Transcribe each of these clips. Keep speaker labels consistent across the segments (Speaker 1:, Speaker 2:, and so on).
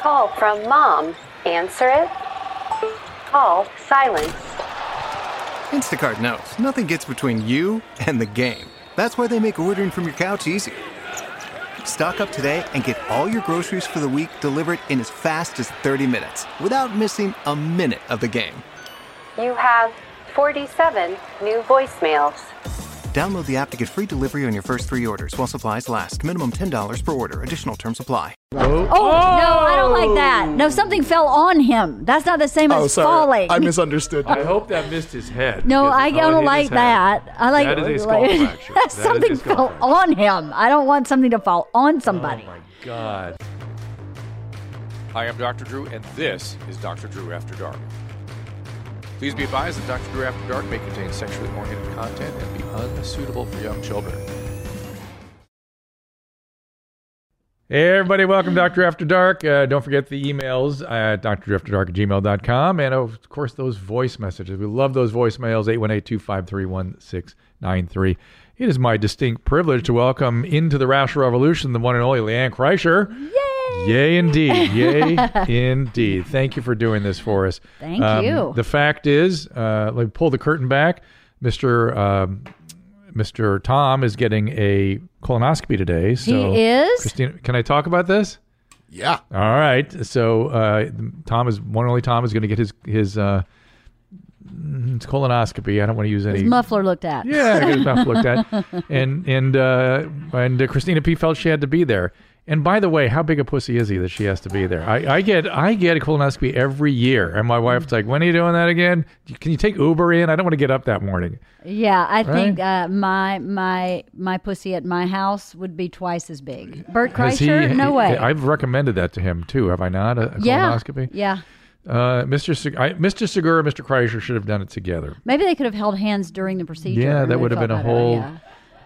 Speaker 1: Call from mom. Answer it. Call silence.
Speaker 2: Instacart knows nothing gets between you and the game. That's why they make ordering from your couch easy. Stock up today and get all your groceries for the week delivered in as fast as 30 minutes without missing a minute of the game.
Speaker 1: You have 47 new voicemails.
Speaker 2: Download the app to get free delivery on your first three orders while supplies last. Minimum $10 per order. Additional term supply.
Speaker 3: Oh, no, I don't like
Speaker 4: Oh.
Speaker 3: that. No, something fell on him. That's not the same
Speaker 5: Oh,
Speaker 3: as
Speaker 5: sorry.
Speaker 3: falling.
Speaker 5: I misunderstood.
Speaker 4: I hope that missed his head.
Speaker 3: no,
Speaker 4: because
Speaker 3: I
Speaker 4: it's not
Speaker 3: don't
Speaker 4: in his
Speaker 3: like
Speaker 4: head.
Speaker 3: that. I like
Speaker 4: That is a skull
Speaker 3: like-
Speaker 4: fracture. That is a
Speaker 3: something
Speaker 4: skull
Speaker 3: fell
Speaker 4: fracture.
Speaker 3: on him. I don't want something to fall on somebody.
Speaker 4: Oh my god.
Speaker 6: Hi, I'm Dr. Drew, and this is Dr. Drew After Dark. Please be advised that Dr. Drew After Dark may contain sexually oriented content and be unsuitable for young children.
Speaker 4: Hey everybody, welcome to Dr. After Dark. Uh, don't forget the emails at drafterdark at gmail.com and of course those voice messages. We love those voicemails, 818-253-1693. It is my distinct privilege to welcome into the Rational Revolution the one and only Leanne Kreischer. Yay! Yay indeed. Yay indeed. Thank you for doing this for us. Um,
Speaker 3: Thank you.
Speaker 4: The fact is, uh, let me pull the curtain back. Mr. Um, Mr. Tom is getting a colonoscopy today. So
Speaker 3: He is?
Speaker 4: Christina, can I talk about this?
Speaker 5: yeah.
Speaker 4: All right. So uh, Tom is one and only Tom is going to get his his uh, mm, it's colonoscopy. I don't want to use any.
Speaker 3: Muffler looked at.
Speaker 4: yeah, get his mouth looked at. And and uh, and uh, Christina P felt she had to be there. And by the way, how big a pussy is he that she has to be there? I, I get I get a colonoscopy every year, and my wife's like, "When are you doing that again? Can you take Uber in? I don't want to get up that morning."
Speaker 3: Yeah, I think uh, my my my pussy at my house would be twice as big. Bert
Speaker 4: Has he-
Speaker 3: Kreischer? no
Speaker 4: he-
Speaker 3: way.
Speaker 4: I've recommended that to him too. Have I not? A, a
Speaker 3: yeah.
Speaker 4: colonoscopy.
Speaker 3: Yeah.
Speaker 4: Uh, Mr. Seg- I, Mr. Segura, Mr. Kreischer should have done it together.
Speaker 3: Maybe they could have held hands during the procedure.
Speaker 4: Yeah,
Speaker 3: and
Speaker 4: that
Speaker 3: they
Speaker 4: would have
Speaker 3: felt
Speaker 4: been a
Speaker 3: better,
Speaker 4: whole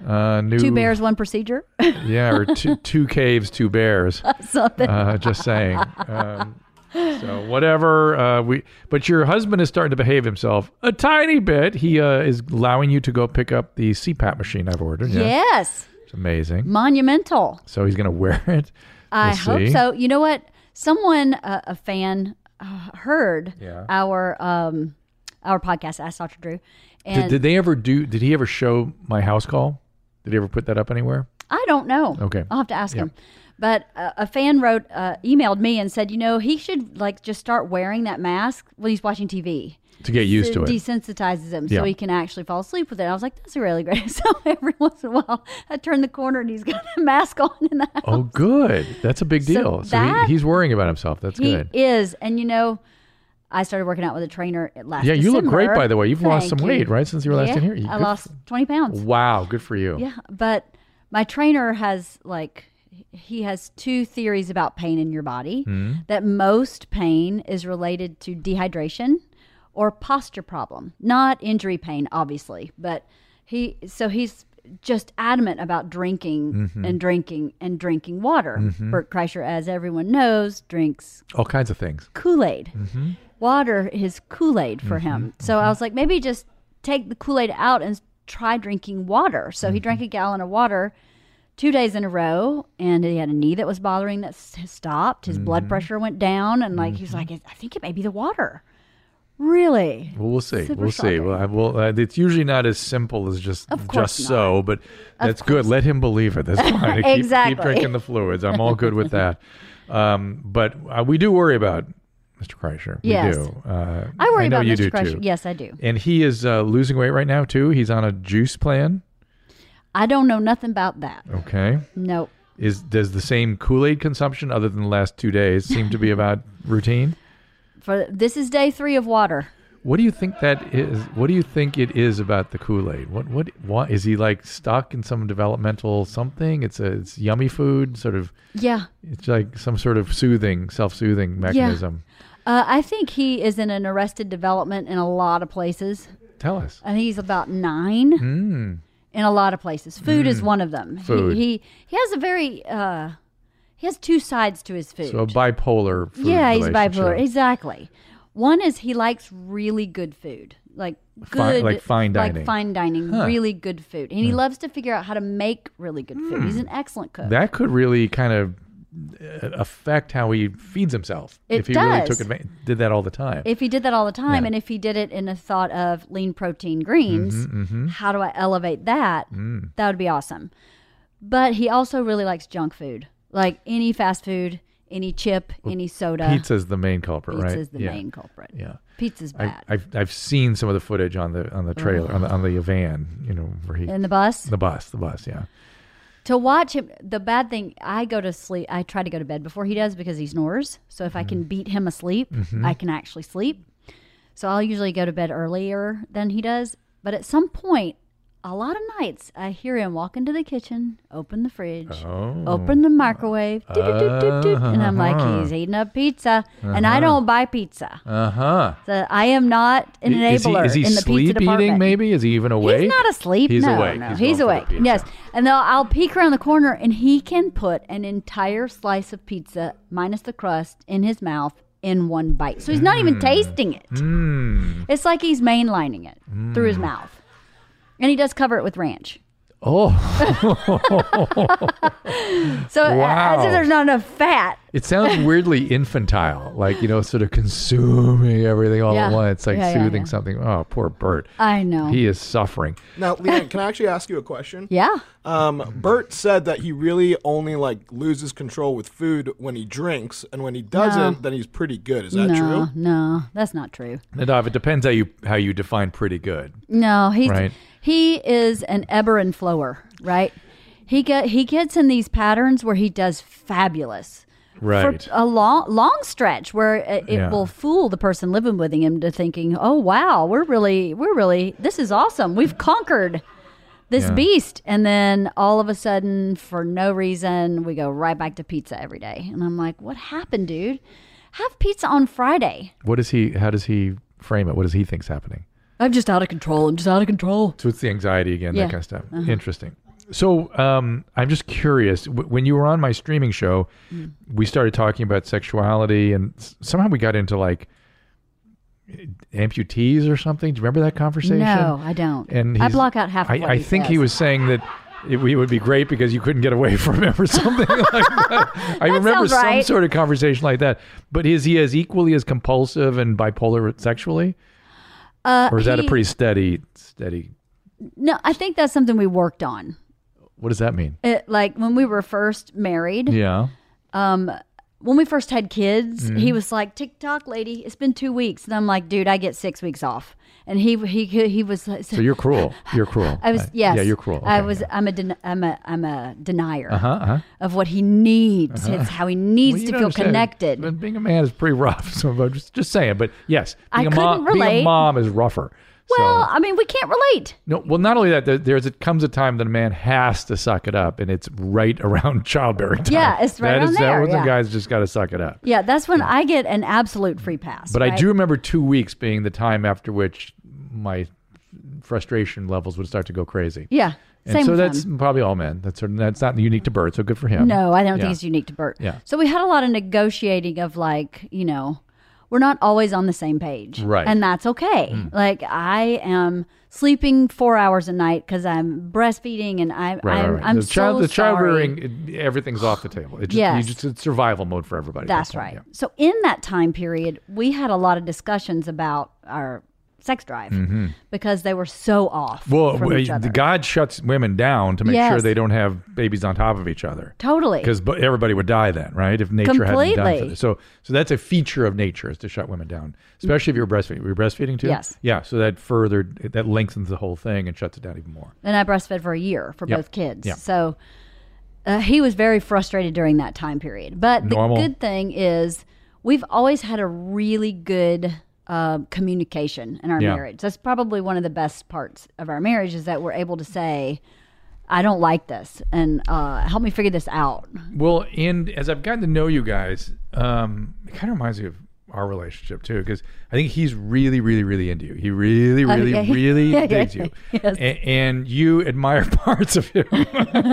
Speaker 3: yeah.
Speaker 4: uh, new
Speaker 3: Two bears, one procedure.
Speaker 4: Yeah, or two, two caves, two bears.
Speaker 3: Something.
Speaker 4: Uh, just saying. Um, so whatever uh, we, but your husband is starting to behave himself a tiny bit. He uh, is allowing you to go pick up the CPAP machine I've ordered. Yeah,
Speaker 3: Yes.
Speaker 4: it's amazing.
Speaker 3: Monumental.
Speaker 4: So he's gonna wear it.
Speaker 3: I
Speaker 4: We'll
Speaker 3: hope
Speaker 4: see.
Speaker 3: so. You know what? Someone, uh, a fan, uh, heard
Speaker 4: Yeah.
Speaker 3: our um, our podcast, Ask Dr. Drew, and
Speaker 4: Did, did they ever do? Did he ever show my house call? Did he ever put that up anywhere?
Speaker 3: I don't know.
Speaker 4: Okay.
Speaker 3: I'll have to ask him. But uh, a fan wrote, uh, emailed me and said, you know, he should like just start wearing that mask when he's watching TV.
Speaker 4: To get used to it.
Speaker 3: desensitizes him so
Speaker 4: Yeah.
Speaker 3: he can actually fall asleep with it. I was like, that's really great. So every once in a while, I turn the corner and he's got a mask on in the house.
Speaker 4: Oh, good. That's a big
Speaker 3: So
Speaker 4: deal. So,
Speaker 3: that-
Speaker 4: he, he's worrying about himself. That's
Speaker 3: He
Speaker 4: good.
Speaker 3: is, and you know, I started working out with a trainer at last.
Speaker 4: Yeah, you look great,
Speaker 3: December.
Speaker 4: by the way. You've lost
Speaker 3: Thank
Speaker 4: some weight, right, since you were last
Speaker 3: Yeah,
Speaker 4: in here? You-
Speaker 3: I
Speaker 4: good
Speaker 3: lost twenty pounds.
Speaker 4: Wow, good for you.
Speaker 3: Yeah, but my trainer has like he has two theories about pain in your body.
Speaker 4: Hmm.
Speaker 3: That most pain is related to dehydration or posture problem, not injury pain, obviously. But he so he's just adamant about drinking
Speaker 4: Mm-hmm.
Speaker 3: and drinking and drinking water. Bert Kreischer, as everyone knows, drinks
Speaker 4: All kinds of things.
Speaker 3: Kool Aid.
Speaker 4: Mm-hmm.
Speaker 3: Water is Kool Aid for him. So I was like, maybe just take the Kool Aid out and try drinking water. So he
Speaker 4: Mm-hmm.
Speaker 3: drank a gallon of water two days in a row, and he had a knee that was bothering that s- stopped. His
Speaker 4: Mm-hmm.
Speaker 3: blood pressure went down, and like he was like, I think it may be the water. Really?
Speaker 4: Well, we'll see.
Speaker 3: Super
Speaker 4: we'll see.
Speaker 3: shocking.
Speaker 4: Well, I, well, uh, it's usually not as simple as just
Speaker 3: Of course
Speaker 4: just so, but that's good. Let him believe it. That's fine. Keep- Keep,
Speaker 3: Exactly.
Speaker 4: drinking the fluids. I'm all good with that. Um, but uh, we do worry about Mr. Kreischer.
Speaker 3: Yes.
Speaker 4: We do. Uh,
Speaker 3: I worry
Speaker 4: know
Speaker 3: about
Speaker 4: you
Speaker 3: Mr.
Speaker 4: do
Speaker 3: Kreischer.
Speaker 4: too.
Speaker 3: Yes, I do.
Speaker 4: And he is uh, losing weight right now too. He's on a juice plan.
Speaker 3: I don't know nothing about that.
Speaker 4: Okay.
Speaker 3: Nope.
Speaker 4: Is does the same Kool Aid consumption, other than the last two days, seem to be about routine?
Speaker 3: For this is day three of water.
Speaker 4: What do you think that is? What do you think it is about the Kool Aid? What what why is he like stuck in some developmental something? It's a it's yummy food, sort of.
Speaker 3: Yeah.
Speaker 4: It's like some sort of soothing, self soothing mechanism.
Speaker 3: Uh, I think he is in an arrested development in a lot of places.
Speaker 4: Tell us.
Speaker 3: I think he's about nine in a lot of places. Food is one of them.
Speaker 4: Mm. Food.
Speaker 3: He, he he has a very uh, he has two sides to his food.
Speaker 4: So a bipolar. Food
Speaker 3: yeah, he's
Speaker 4: relationship.
Speaker 3: bipolar. Exactly. One is he likes really good food, like good,
Speaker 4: Fi- like fine dining. Hmm.
Speaker 3: like fine dining, really good food, and he loves to figure out how to make really good food. He's an excellent cook.
Speaker 4: That could really kind of uh, affect how he feeds himself.
Speaker 3: It
Speaker 4: if he really
Speaker 3: does.
Speaker 4: took advantage, did that all the time.
Speaker 3: If he did that all the time,
Speaker 4: Yeah.
Speaker 3: and if he did it in a thought of lean protein greens,
Speaker 4: Mm-hmm,
Speaker 3: how do I elevate that?
Speaker 4: Mm.
Speaker 3: That would be awesome. But he also really likes junk food, like any fast food, any chip, any soda.
Speaker 4: Pizza's the main culprit,
Speaker 3: uh, Pizza's
Speaker 4: right?
Speaker 3: the
Speaker 4: yeah.
Speaker 3: main culprit.
Speaker 4: Yeah.
Speaker 3: Pizza's
Speaker 4: I,
Speaker 3: bad.
Speaker 4: I've I've seen some of the footage on the on the trailer on the on the van, you know, where he
Speaker 3: Uh-huh. in the bus,
Speaker 4: the bus, the bus, yeah.
Speaker 3: to watch him the bad thing i go to sleep i try to go to bed before he does because he snores so if i
Speaker 4: Mm-hmm.
Speaker 3: can beat him asleep i can actually sleep so i'll usually go to bed earlier than he does but at some point a lot of nights i hear him walk into the kitchen open the fridge open the microwave doot, doot, doot, doot, doot, and i'm
Speaker 4: Oh. Uh-huh.
Speaker 3: like he's eating up pizza and i don't buy pizza
Speaker 4: Uh huh.
Speaker 3: so i am not an
Speaker 4: Is he,
Speaker 3: enabler
Speaker 4: is he
Speaker 3: in the pizza
Speaker 4: sleep eating?
Speaker 3: department
Speaker 4: Maybe is he even awake?
Speaker 3: He's not asleep.
Speaker 4: He's
Speaker 3: no,
Speaker 4: awake.
Speaker 3: no,
Speaker 4: He's
Speaker 3: he's,
Speaker 4: going for
Speaker 3: awake.
Speaker 4: the pizza.
Speaker 3: Yes, and though I'll peek around the corner, and he can put an entire slice of pizza minus the crust in his mouth in one bite. So he's not
Speaker 4: Hmm.
Speaker 3: even tasting it. It's like he's mainlining it through
Speaker 4: Hmm.
Speaker 3: his mouth, and he does cover it with ranch.
Speaker 4: Oh,
Speaker 3: So a- as
Speaker 4: Wow.
Speaker 3: if there's not enough fat.
Speaker 4: it sounds weirdly infantile, like you know, sort of consuming everything all at
Speaker 3: Yeah.
Speaker 4: once, like
Speaker 3: Yeah, yeah,
Speaker 4: soothing
Speaker 3: yeah.
Speaker 4: something. Oh, poor Bert.
Speaker 3: I know.
Speaker 4: He is suffering.
Speaker 5: Now, Leanne, can I actually ask you a question?
Speaker 3: yeah.
Speaker 5: Um, Bert said that he really only like loses control with food when he drinks, and when he doesn't, then he's pretty good. Is that
Speaker 3: no,
Speaker 5: true?
Speaker 3: no, that's not true.
Speaker 4: Nadav, it depends how you how you define pretty good.
Speaker 3: No, he's
Speaker 4: Right.
Speaker 3: he is an ebber and flower, right? He get he gets in these patterns where he does fabulous.
Speaker 4: Right.
Speaker 3: For a long long stretch where it, it
Speaker 4: Yeah.
Speaker 3: will fool the person living with him to thinking, "Oh wow, we're really we're really this is awesome. We've conquered this
Speaker 4: Yeah.
Speaker 3: beast." And then all of a sudden for no reason, we go right back to pizza every day. And I'm like, "What happened, dude? Have pizza on Friday."
Speaker 4: What does he? How does he frame it? What does he think's happening?
Speaker 3: I'm just out of control. I'm just out of control.
Speaker 4: So it's the anxiety again,
Speaker 3: Yeah. Uh-huh.
Speaker 4: that kind of stuff. Interesting. So um, I'm just curious. W- when you were on my streaming show,
Speaker 3: Mm.
Speaker 4: we started talking about sexuality, and s- somehow we got into like amputees or something. Do you remember that conversation?
Speaker 3: No, I don't.
Speaker 4: And
Speaker 3: I
Speaker 4: he's-
Speaker 3: block out half. Of
Speaker 4: I,
Speaker 3: what
Speaker 4: I
Speaker 3: he
Speaker 4: think
Speaker 3: says.
Speaker 4: he was saying that. It, it would be great because you couldn't get away from him or something like that. I remember
Speaker 3: sounds
Speaker 4: some
Speaker 3: right.
Speaker 4: sort of conversation like that. But is he as equally as compulsive and bipolar sexually,
Speaker 3: Uh,
Speaker 4: or is that a
Speaker 3: he-
Speaker 4: pretty steady, steady?
Speaker 3: No, I think that's something we worked on.
Speaker 4: What does that mean?
Speaker 3: It, like when we were first married,
Speaker 4: Yeah. Mm-hmm.
Speaker 3: when we first had kids, he was like, "TikTok, lady, it's been two weeks," and I'm like, "Dude, I get six weeks off." And he he he was like,
Speaker 4: So you're cruel. You're cruel.
Speaker 3: I was
Speaker 4: Right.
Speaker 3: yes.
Speaker 4: Yeah, you're cruel.
Speaker 3: I
Speaker 4: Okay,
Speaker 3: was.
Speaker 4: yeah.
Speaker 3: I'm a. Den- I'm a. I'm a denier
Speaker 4: Uh-huh, uh-huh.
Speaker 3: of what he needs. It's how he needs
Speaker 4: Well, you
Speaker 3: to
Speaker 4: don't
Speaker 3: feel
Speaker 4: understand.
Speaker 3: connected.
Speaker 4: But being a man is pretty rough. So I'm just, just saying. But yes,
Speaker 3: I
Speaker 4: being a
Speaker 3: couldn't
Speaker 4: mom, being a
Speaker 3: relate.
Speaker 4: mom is rougher.
Speaker 3: well,
Speaker 4: so,
Speaker 3: I mean, we can't relate.
Speaker 4: no, well, not only that, there, there's it comes a time that a man has to suck it up, and it's right around childbearing time.
Speaker 3: Yeah, it's right
Speaker 4: That
Speaker 3: around
Speaker 4: is- That
Speaker 3: there,
Speaker 4: was the
Speaker 3: yeah.
Speaker 4: guy's just got to suck it up.
Speaker 3: Yeah, that's when I get an absolute free pass.
Speaker 4: But I
Speaker 3: right?
Speaker 4: do remember two weeks being the time after which my frustration levels would start to go crazy.
Speaker 3: Yeah.
Speaker 4: And
Speaker 3: same
Speaker 4: so
Speaker 3: with him.
Speaker 4: that's probably all men. That's that's not unique to Bert. So good for him.
Speaker 3: No, I don't
Speaker 4: Yeah.
Speaker 3: think it's unique to Bert.
Speaker 4: Yeah.
Speaker 3: So we had a lot of negotiating of like, you know, we're not always on the same page.
Speaker 4: Right. Hmm.
Speaker 3: And that's okay. Like I am sleeping four hours a night because I'm breastfeeding and I,
Speaker 4: Right, right,
Speaker 3: I'm,
Speaker 4: right.
Speaker 3: I'm
Speaker 4: the child,
Speaker 3: so
Speaker 4: the
Speaker 3: sorry.
Speaker 4: childbearing, it- everything's off the table. It just,
Speaker 3: Yes.
Speaker 4: you just, it's survival mode for everybody. at that
Speaker 3: That's
Speaker 4: point,
Speaker 3: right.
Speaker 4: yeah.
Speaker 3: So in that time period, we had a lot of discussions about our sex drive because they were so off
Speaker 4: Mm-hmm. Well,
Speaker 3: from each
Speaker 4: uh,
Speaker 3: other.
Speaker 4: the God shuts women down to make sure
Speaker 3: Yes.
Speaker 4: they don't have babies on top of each other.
Speaker 3: totally.
Speaker 4: Because everybody would die then, right? If nature hadn't done so.
Speaker 3: Completely.
Speaker 4: So, so that's a feature of nature is to shut women down, especially if you're breastfeeding. Were you breastfeeding too?
Speaker 3: Yes.
Speaker 4: Yeah. So that further that lengthens the whole thing and shuts it down even more.
Speaker 3: and I breastfed for a year for
Speaker 4: Yep.
Speaker 3: both kids.
Speaker 4: Yeah.
Speaker 3: So uh, he was very frustrated during that time period. But the
Speaker 4: Normal.
Speaker 3: good thing is we've always had a really good uh, communication in our
Speaker 4: Yeah.
Speaker 3: marriage. That's probably one of the best parts of our marriage is that we're able to say, "I don't like this," and uh, help me figure this out.
Speaker 4: Well, and as I've gotten to know you guys, um, it kind of reminds me of our relationship too, because I think he's really, really, really into you. He really, really,
Speaker 3: Okay.
Speaker 4: really
Speaker 3: Okay.
Speaker 4: digs you,
Speaker 3: Yes.
Speaker 4: A- and you admire parts of him,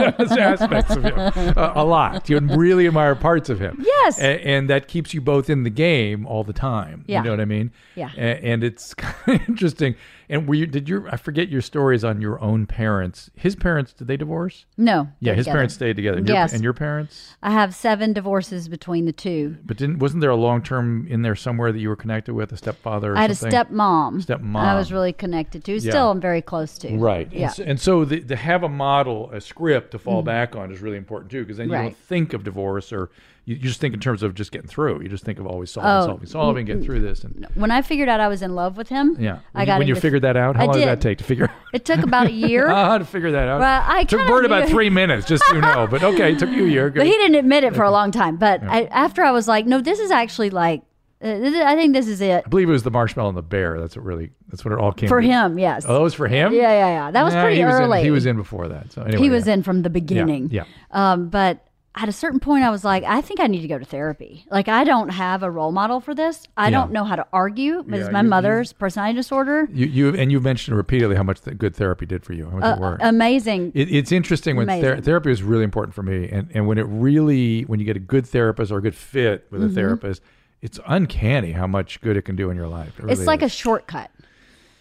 Speaker 4: aspects of him, a, a lot. You really admire parts of him.
Speaker 3: Yes.
Speaker 4: A- and, that keeps you both in the game all the time.
Speaker 3: Yeah.
Speaker 4: You know what I mean?
Speaker 3: Yeah.
Speaker 4: A- and it's kind of interesting. And were you, did your, I forget your stories on your own parents. His parents, did they divorce?
Speaker 3: No.
Speaker 4: Yeah,
Speaker 3: they're
Speaker 4: his
Speaker 3: together.
Speaker 4: parents stayed together. And your,
Speaker 3: Yes.
Speaker 4: And your parents?
Speaker 3: I have seven divorces between the two.
Speaker 4: But didn't, wasn't there a long term in there somewhere that you were connected with, a stepfather or
Speaker 3: I had
Speaker 4: something?
Speaker 3: a stepmom.
Speaker 4: Stepmom.
Speaker 3: I was really connected to. Still, I'm very close to.
Speaker 4: Right.
Speaker 3: Yeah. Mm-hmm.
Speaker 4: And so, and so the, to have a model, a script to fall back on is really important too, because then you
Speaker 3: Right.
Speaker 4: don't think of divorce or you, you just think in terms of just getting through. You just think of always solving,
Speaker 3: Oh,
Speaker 4: solving, solving, getting through this. And
Speaker 3: When I figured out I was in love with him,
Speaker 4: yeah, when
Speaker 3: mm-hmm. I
Speaker 4: you,
Speaker 3: got
Speaker 4: when you
Speaker 3: into-
Speaker 4: figured that out, how
Speaker 3: I
Speaker 4: long did
Speaker 3: did.
Speaker 4: that take to figure?
Speaker 3: It took about a year.
Speaker 4: Ah, to figure that out.
Speaker 3: Well, I
Speaker 4: took
Speaker 3: kinda
Speaker 4: Bert about
Speaker 3: knew-
Speaker 4: three minutes, just so you know. But okay, it took you a year.
Speaker 3: But he didn't admit it for a long time. But I, after I was like, no, this is actually like, uh, this is- I think this is it
Speaker 4: I believe it was the marshmallow and the bear. That's what really. That's what it all came
Speaker 3: for
Speaker 4: to.
Speaker 3: him. Yes.
Speaker 4: Oh, that was for him.
Speaker 3: Yeah, yeah, yeah. That was
Speaker 4: Nah,
Speaker 3: pretty
Speaker 4: he was in-
Speaker 3: early.
Speaker 4: he was in before that. So anyway,
Speaker 3: He was
Speaker 4: yeah.
Speaker 3: in from the beginning.
Speaker 4: yeah.
Speaker 3: Um, but at a certain point, I was like, I think I need to go to therapy. Like, I don't have a role model for this. I
Speaker 4: Yeah.
Speaker 3: don't know how to argue because
Speaker 4: Yeah,
Speaker 3: my
Speaker 4: you- you-
Speaker 3: mother's personality disorder.
Speaker 4: You, you and you mentioned repeatedly how much th- good therapy did for you. How much it worked.
Speaker 3: Amazing.
Speaker 4: It, it's interesting when ther-
Speaker 3: Uh, um, Amazing.
Speaker 4: therapy is really important for me, and, and when it really when you get a good therapist or a good fit with
Speaker 3: Mm-hmm.
Speaker 4: a therapist, it's uncanny how much good it can do in your life. It
Speaker 3: it's
Speaker 4: really
Speaker 3: like a
Speaker 4: is.
Speaker 3: shortcut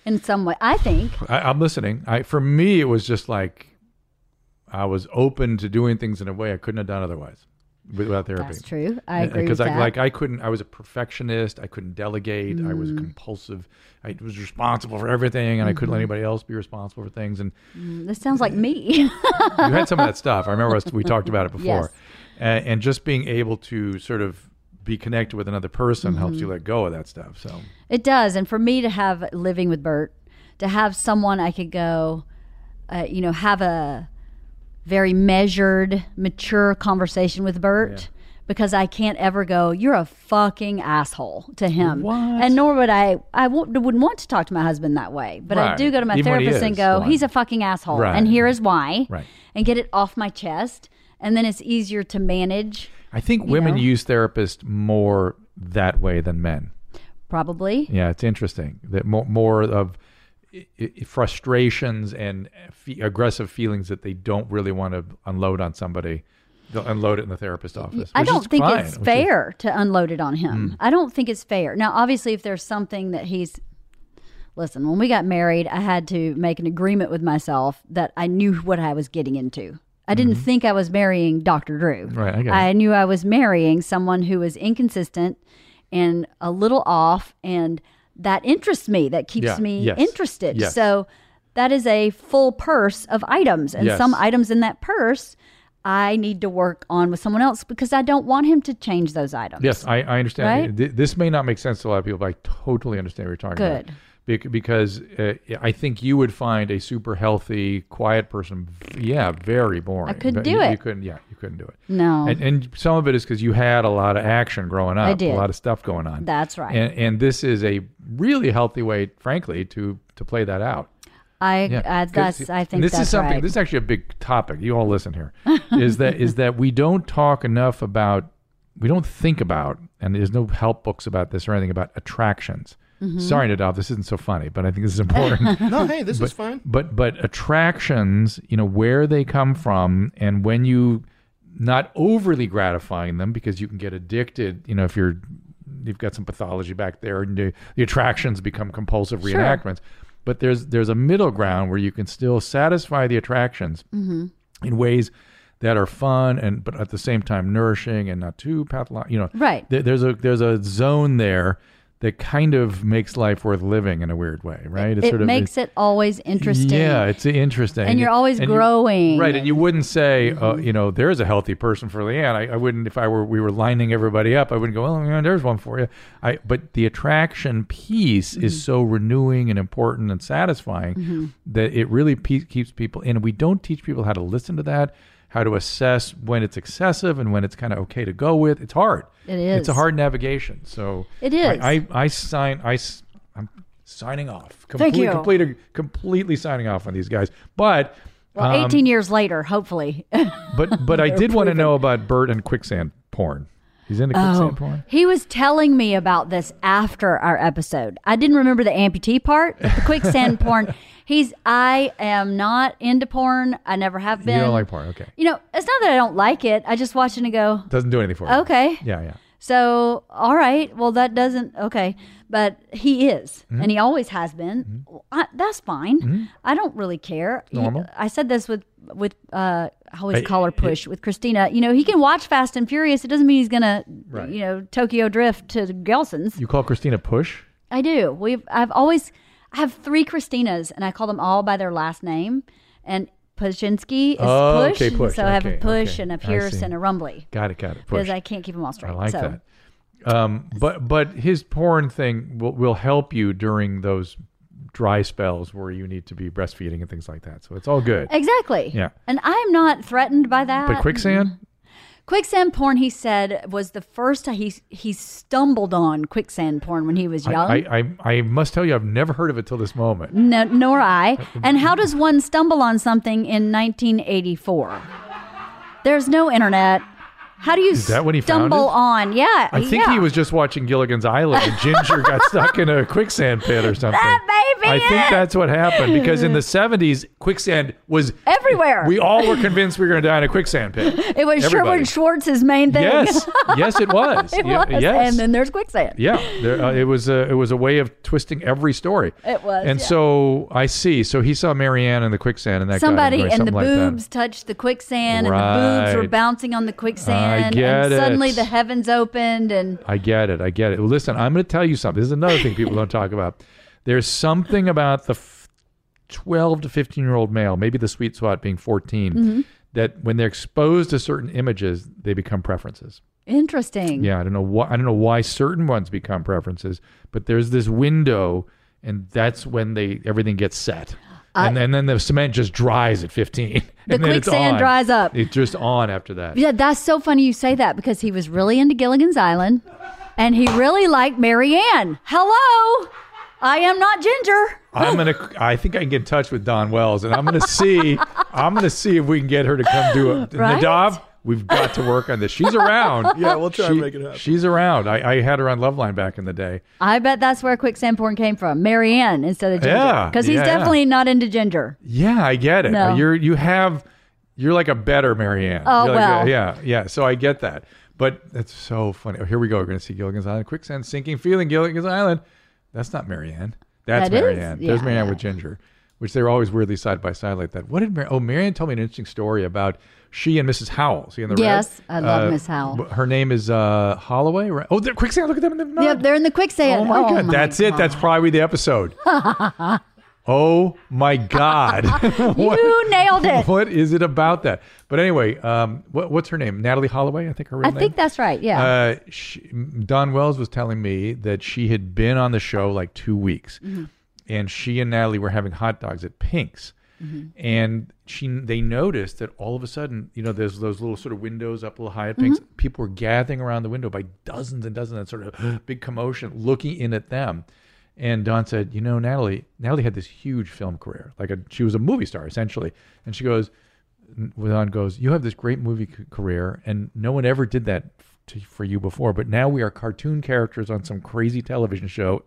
Speaker 3: in some way. I think.
Speaker 4: I, I'm listening. I for me it was just like I was open to doing things in a way I couldn't have done otherwise without therapy. uh,
Speaker 3: That's true. I agree with
Speaker 4: I,
Speaker 3: that.
Speaker 4: like I couldn't. I was a perfectionist. I couldn't delegate. I was
Speaker 3: Mm.
Speaker 4: compulsive. I was responsible for everything, and I couldn't let
Speaker 3: Mm-hmm.
Speaker 4: anybody else be responsible for things. And
Speaker 3: this sounds like me.
Speaker 4: you had some of that stuff. I remember us, we talked about it before.
Speaker 3: Yes.
Speaker 4: A- And, just being able to sort of be connected with another person helps
Speaker 3: Mm-hmm.
Speaker 4: you let go of that stuff. So
Speaker 3: It does. And for me to have living with Bert, to have someone I could go, uh, you know, have a very measured, mature conversation with Bert. Because I can't ever go. You're a fucking asshole to him,
Speaker 4: What?
Speaker 3: and nor would I. I w- wouldn't want to talk to my husband that way. But I
Speaker 4: Right.
Speaker 3: do go to my
Speaker 4: Even when he
Speaker 3: therapist and
Speaker 4: is
Speaker 3: go,
Speaker 4: one.
Speaker 3: "He's a fucking asshole,"
Speaker 4: Right.
Speaker 3: and here is why,
Speaker 4: Right.
Speaker 3: and get it off my chest, and then it's easier to manage,
Speaker 4: I think women
Speaker 3: know?
Speaker 4: use therapists more that way than men.
Speaker 3: probably.
Speaker 4: Yeah, it's interesting that more, more of i- i- frustrations and fe- aggressive feelings that they don't really want to unload on somebody. They'll unload it in the therapist office.
Speaker 3: I
Speaker 4: which is
Speaker 3: don't think
Speaker 4: fine,
Speaker 3: it's
Speaker 4: which is- Hmm.
Speaker 3: fair to unload it on him. I don't think it's fair. Now, obviously, if there's something that he's. Listen, when we got married, I had to make an agreement with myself that I knew what I was getting into. I didn't think I was marrying Dr. Drew.
Speaker 4: Mm-hmm. Right, I get
Speaker 3: I knew I was marrying someone who was inconsistent and a little off, and that interests me. That keeps
Speaker 4: Yeah,
Speaker 3: me
Speaker 4: yes,
Speaker 3: interested.
Speaker 4: yes.
Speaker 3: So that is a full purse of items, and
Speaker 4: Yes.
Speaker 3: some items in that purse I need to work on with someone else because I don't want him to change those items.
Speaker 4: Yes, I, I understand.
Speaker 3: Right?
Speaker 4: Th- This may not make sense to a lot of people, but I totally understand what you're talking about.
Speaker 3: Good.
Speaker 4: Bec- Because uh, I think you would find a super healthy, quiet person, yeah, very boring.
Speaker 3: couldn't
Speaker 4: But
Speaker 3: do
Speaker 4: you, You
Speaker 3: it.
Speaker 4: couldn't, yeah, you couldn't do it.
Speaker 3: No.
Speaker 4: And, and some of it is because you had a lot of action growing up.
Speaker 3: Oh. did.
Speaker 4: A lot of stuff going on.
Speaker 3: That's right.
Speaker 4: And, and this is a really healthy way, frankly, to to play that out.
Speaker 3: I,
Speaker 4: Yeah,
Speaker 3: I
Speaker 4: 'cause
Speaker 3: Uh, that's I
Speaker 4: and
Speaker 3: think
Speaker 4: this
Speaker 3: that's
Speaker 4: is something.
Speaker 3: right.
Speaker 4: This is actually a big topic. You all listen here. Is that is that we don't talk enough about, we don't think about, and there's no help books about this or anything about attractions.
Speaker 3: Mm-hmm.
Speaker 4: Sorry, Nadav, this isn't so funny, but I think this is important.
Speaker 5: No, hey, this is fine.
Speaker 4: but but attractions, you know, where they come from, and when you not overly gratifying them because you can get addicted. You know, if you're you've got some pathology back there, and the, the attractions become compulsive reenactments. But there's there's a middle ground where you can still satisfy the attractions in ways that are fun and but at the same time nourishing and not too pathological. You know,
Speaker 3: Right.
Speaker 4: there- there's a there's a zone there. That kind of makes life worth living in a weird way, right?
Speaker 3: it makes it always interesting.
Speaker 4: Yeah, it's interesting.
Speaker 3: And you're always
Speaker 4: you-
Speaker 3: growing. Mm-hmm.
Speaker 4: right? And you wouldn't say, uh, you know, there's a healthy person for Leanne. I, I wouldn't if I were we were lining everybody up. I wouldn't go, oh, yeah, there's one for you. I but the attraction piece
Speaker 3: Mm-hmm.
Speaker 4: is so renewing and important and satisfying that it really pe- keeps people in. And we don't teach people how to listen to that. How to assess when it's excessive and when it's kind of okay to go with? It's hard.
Speaker 3: It
Speaker 4: It's a
Speaker 3: is.
Speaker 4: hard navigation. So
Speaker 3: It is.
Speaker 4: I, I, I sign. I, s- I'm signing off.
Speaker 3: Thank
Speaker 4: Complete-
Speaker 3: you.
Speaker 4: Completely, completely signing off on these guys. But,
Speaker 3: Well,
Speaker 4: um,
Speaker 3: 18 years later, hopefully.
Speaker 4: but, but I did want to know about Bert and quicksand porn. He's into quicksand porn.
Speaker 3: Oh. He was telling me about this after our episode. I didn't remember the amputee part, but the quicksand porn. He's I am not into porn. I never have been.
Speaker 4: You don't like porn, okay?
Speaker 3: You know, it's not that I don't like it. I just watch it and go,
Speaker 4: Doesn't do anything for you.
Speaker 3: okay.
Speaker 4: Yeah, yeah.
Speaker 3: So, all right, well, that doesn't, okay. But he is,
Speaker 4: Mm-hmm.
Speaker 3: and he always has been. Well, I, that's fine. I don't really care. You-
Speaker 4: normal.
Speaker 3: I said this with, with, uh, I always
Speaker 4: I-
Speaker 3: call her push with Christina. You know, he can watch Fast and Furious. It doesn't mean he's going
Speaker 4: Right.
Speaker 3: to, you know, Tokyo Drift to Gelson's.
Speaker 4: You call Christina Push?
Speaker 3: I do. We've I've always I have three Christinas and I call them all by their last name. And Pushinsky is
Speaker 4: Oh,
Speaker 3: Push.
Speaker 4: okay, Push.
Speaker 3: So I have a
Speaker 4: Okay,
Speaker 3: Push
Speaker 4: okay.
Speaker 3: and
Speaker 4: I
Speaker 3: a Pierce
Speaker 4: see.
Speaker 3: and a Rumbly
Speaker 4: Got it, got it. Push.
Speaker 3: because I can't keep them all straight.
Speaker 4: I like
Speaker 3: so
Speaker 4: that. Um, but but his porn thing will, will help you during those dry spells where you need to be breastfeeding and things like that. So it's all good.
Speaker 3: Exactly.
Speaker 4: Yeah.
Speaker 3: And I am not threatened by that.
Speaker 4: But quicksand,
Speaker 3: Quicksand porn, he said, was the first time he he stumbled on quicksand porn when he was
Speaker 4: I,
Speaker 3: young.
Speaker 4: I, I I must tell you, I've never heard of it till this moment.
Speaker 3: no, nor I. And how does one stumble on something in 1984? There's no internet. How do you
Speaker 4: Is that when he found
Speaker 3: stumble
Speaker 4: it?
Speaker 3: on? Yeah,
Speaker 4: I think
Speaker 3: yeah.
Speaker 4: he was just watching Gilligan's Island. and Ginger got stuck in a quicksand pit or something.
Speaker 3: That may be
Speaker 4: I think
Speaker 3: it.
Speaker 4: that's what happened because in the seventies, quicksand was
Speaker 3: everywhere.
Speaker 4: We all were convinced we were going to die in a quicksand pit.
Speaker 3: it was
Speaker 4: everybody.
Speaker 3: Sherwood Schwartz's main thing.
Speaker 4: Yes, yes, it was.
Speaker 3: it
Speaker 4: Yeah,
Speaker 3: was.
Speaker 4: Yes.
Speaker 3: And then there's quicksand.
Speaker 4: Yeah, there, uh, it was a it was a way of twisting every story.
Speaker 3: It was,
Speaker 4: and
Speaker 3: yeah.
Speaker 4: so I see. So he saw Marianne in the quicksand, and that
Speaker 3: Somebody
Speaker 4: got him, or
Speaker 3: and the
Speaker 4: something like
Speaker 3: boobs touched the quicksand, and the boobs
Speaker 4: Right.
Speaker 3: were bouncing on the quicksand,
Speaker 4: get
Speaker 3: and suddenly
Speaker 4: it.
Speaker 3: the heavens opened, and
Speaker 4: That. I get it. I get it. Listen, I'm going to tell you something. This is another thing people don't talk about. There's something about the f- 12 to 15 year old male, maybe the sweet spot being 14,
Speaker 3: Mm-hmm.
Speaker 4: that when they're exposed to certain images, they become preferences.
Speaker 3: Mm-hmm. interesting.
Speaker 4: Yeah, I don't know why. I don't know why certain ones become preferences, but there's this window, and that's when they everything gets set, and, then then the cement just dries at 15.
Speaker 3: Uh, The
Speaker 4: and then it's
Speaker 3: quicksand
Speaker 4: on.
Speaker 3: dries up.
Speaker 4: It's just on after that.
Speaker 3: Yeah, that's so funny you say that because he was really into Gilligan's Island, and he really liked Marianne. Hello, I am not Ginger.
Speaker 4: I'm gonna. I think I can get in touch with Don Wells, and I'm gonna see. I'm gonna see if we can get her to come do it.
Speaker 3: Right?
Speaker 4: Nadav, we've got to work on this. She's around.
Speaker 5: Yeah, we'll try
Speaker 4: She-
Speaker 5: and make it happen.
Speaker 4: She's around. I, I had her on Loveline back in the day.
Speaker 3: I bet that's where quicksand porn came from, Marianne instead of Ginger,
Speaker 4: Yeah,
Speaker 3: because he's
Speaker 4: yeah, yeah.
Speaker 3: definitely not into Ginger.
Speaker 4: Yeah, I get it.
Speaker 3: No.
Speaker 4: You're you have you're like a better Marianne.
Speaker 3: Oh,
Speaker 4: You're like a-
Speaker 3: well.
Speaker 4: yeah, yeah. So I get that. But it's so funny. Oh, here we go. We're gonna see Gilligan's Island. Quicksand sinking feeling Gilligan's Island. That's not Marianne. That's
Speaker 3: That is-
Speaker 4: Marianne. There's
Speaker 3: yeah,
Speaker 4: Marianne
Speaker 3: yeah.
Speaker 4: with Ginger, which they were always weirdly side by side like that. What did Mar- oh Marianne told me an interesting story about she and Mrs. Howell. See in the red?
Speaker 3: Yes, I love Miss Howell.
Speaker 4: w- Her name is uh, Holloway. Right? Oh, they're quicksand. Look at them in the mud.
Speaker 3: Yeah, they're in the quicksand.
Speaker 4: Oh my god,
Speaker 3: my
Speaker 4: that's it. That's probably the episode. oh my god, What-
Speaker 3: You nailed it.
Speaker 4: What is it about that? But anyway, um, what, what's her name? Natalie Holloway, I think her real
Speaker 3: I
Speaker 4: name.
Speaker 3: think that's right. Yeah.
Speaker 4: Uh, she, Don Wells was telling me that she had been on the show like two weeks, and she and Natalie were having hot dogs at Pink's, and she they noticed that all of a sudden, you know, there's those little sort of windows up a little high at Pink's. People were gathering around the window by dozens and dozens, and sort of big commotion, looking in at them. And Don said, "You know, Natalie, Natalie had this huge film career. Like a, she was a movie star essentially." And she goes, Wadon goes, "You have this great movie c- career, and no one ever did that f- to, for you before. But now we are cartoon characters on some crazy television show,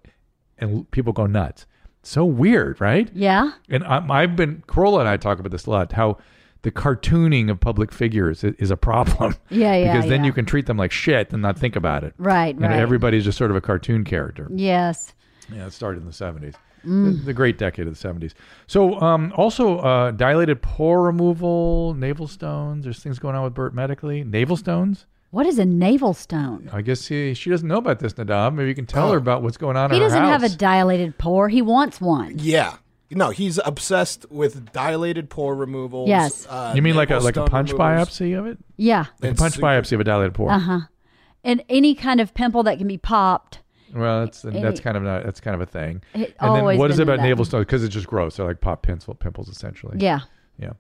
Speaker 4: and l- people go nuts. So weird, right?
Speaker 3: yeah.
Speaker 4: And I'm, I've been Corolla and I talk about this a lot. How the cartooning of public figures is, is a problem.
Speaker 3: Yeah, yeah,
Speaker 4: because then
Speaker 3: yeah.
Speaker 4: you can treat them like shit and not think about it.
Speaker 3: Right,
Speaker 4: You know,
Speaker 3: right.
Speaker 4: everybody's just sort of a cartoon character.
Speaker 3: Yes.
Speaker 4: Yeah, it started in the 70s.
Speaker 3: Mm.
Speaker 4: The, the great decade of the 70s. So, um, also uh, dilated pore removal, navel stones. There's things going on with Bert medically. Navel stones?
Speaker 3: What is a navel stone?
Speaker 4: I guess he, she doesn't know about this, Nadav. Maybe you can tell her about what's going on
Speaker 3: Oh. He
Speaker 4: in her
Speaker 3: doesn't have a
Speaker 4: house.
Speaker 3: dilated pore. He wants one.
Speaker 5: Yeah. No, he's obsessed with dilated pore removals.
Speaker 3: Yes.
Speaker 5: uh,
Speaker 4: You mean like a
Speaker 5: navel
Speaker 4: like
Speaker 5: stone
Speaker 4: a punch
Speaker 5: removals.
Speaker 4: biopsy of it?
Speaker 3: Yeah.
Speaker 4: Like a
Speaker 5: It's
Speaker 4: punch
Speaker 5: super-
Speaker 4: biopsy of a dilated pore.
Speaker 3: Uh-huh. And any kind of pimple that can be popped.
Speaker 4: Well, that's that's
Speaker 3: it-
Speaker 4: kind of not, that's kind of a thing.
Speaker 3: It
Speaker 4: and then
Speaker 3: always
Speaker 4: what is
Speaker 3: been
Speaker 4: it about
Speaker 3: that.
Speaker 4: navel stones? Because it's just gross. They're like pop pencil pimples essentially.
Speaker 3: Yeah.
Speaker 4: Yeah.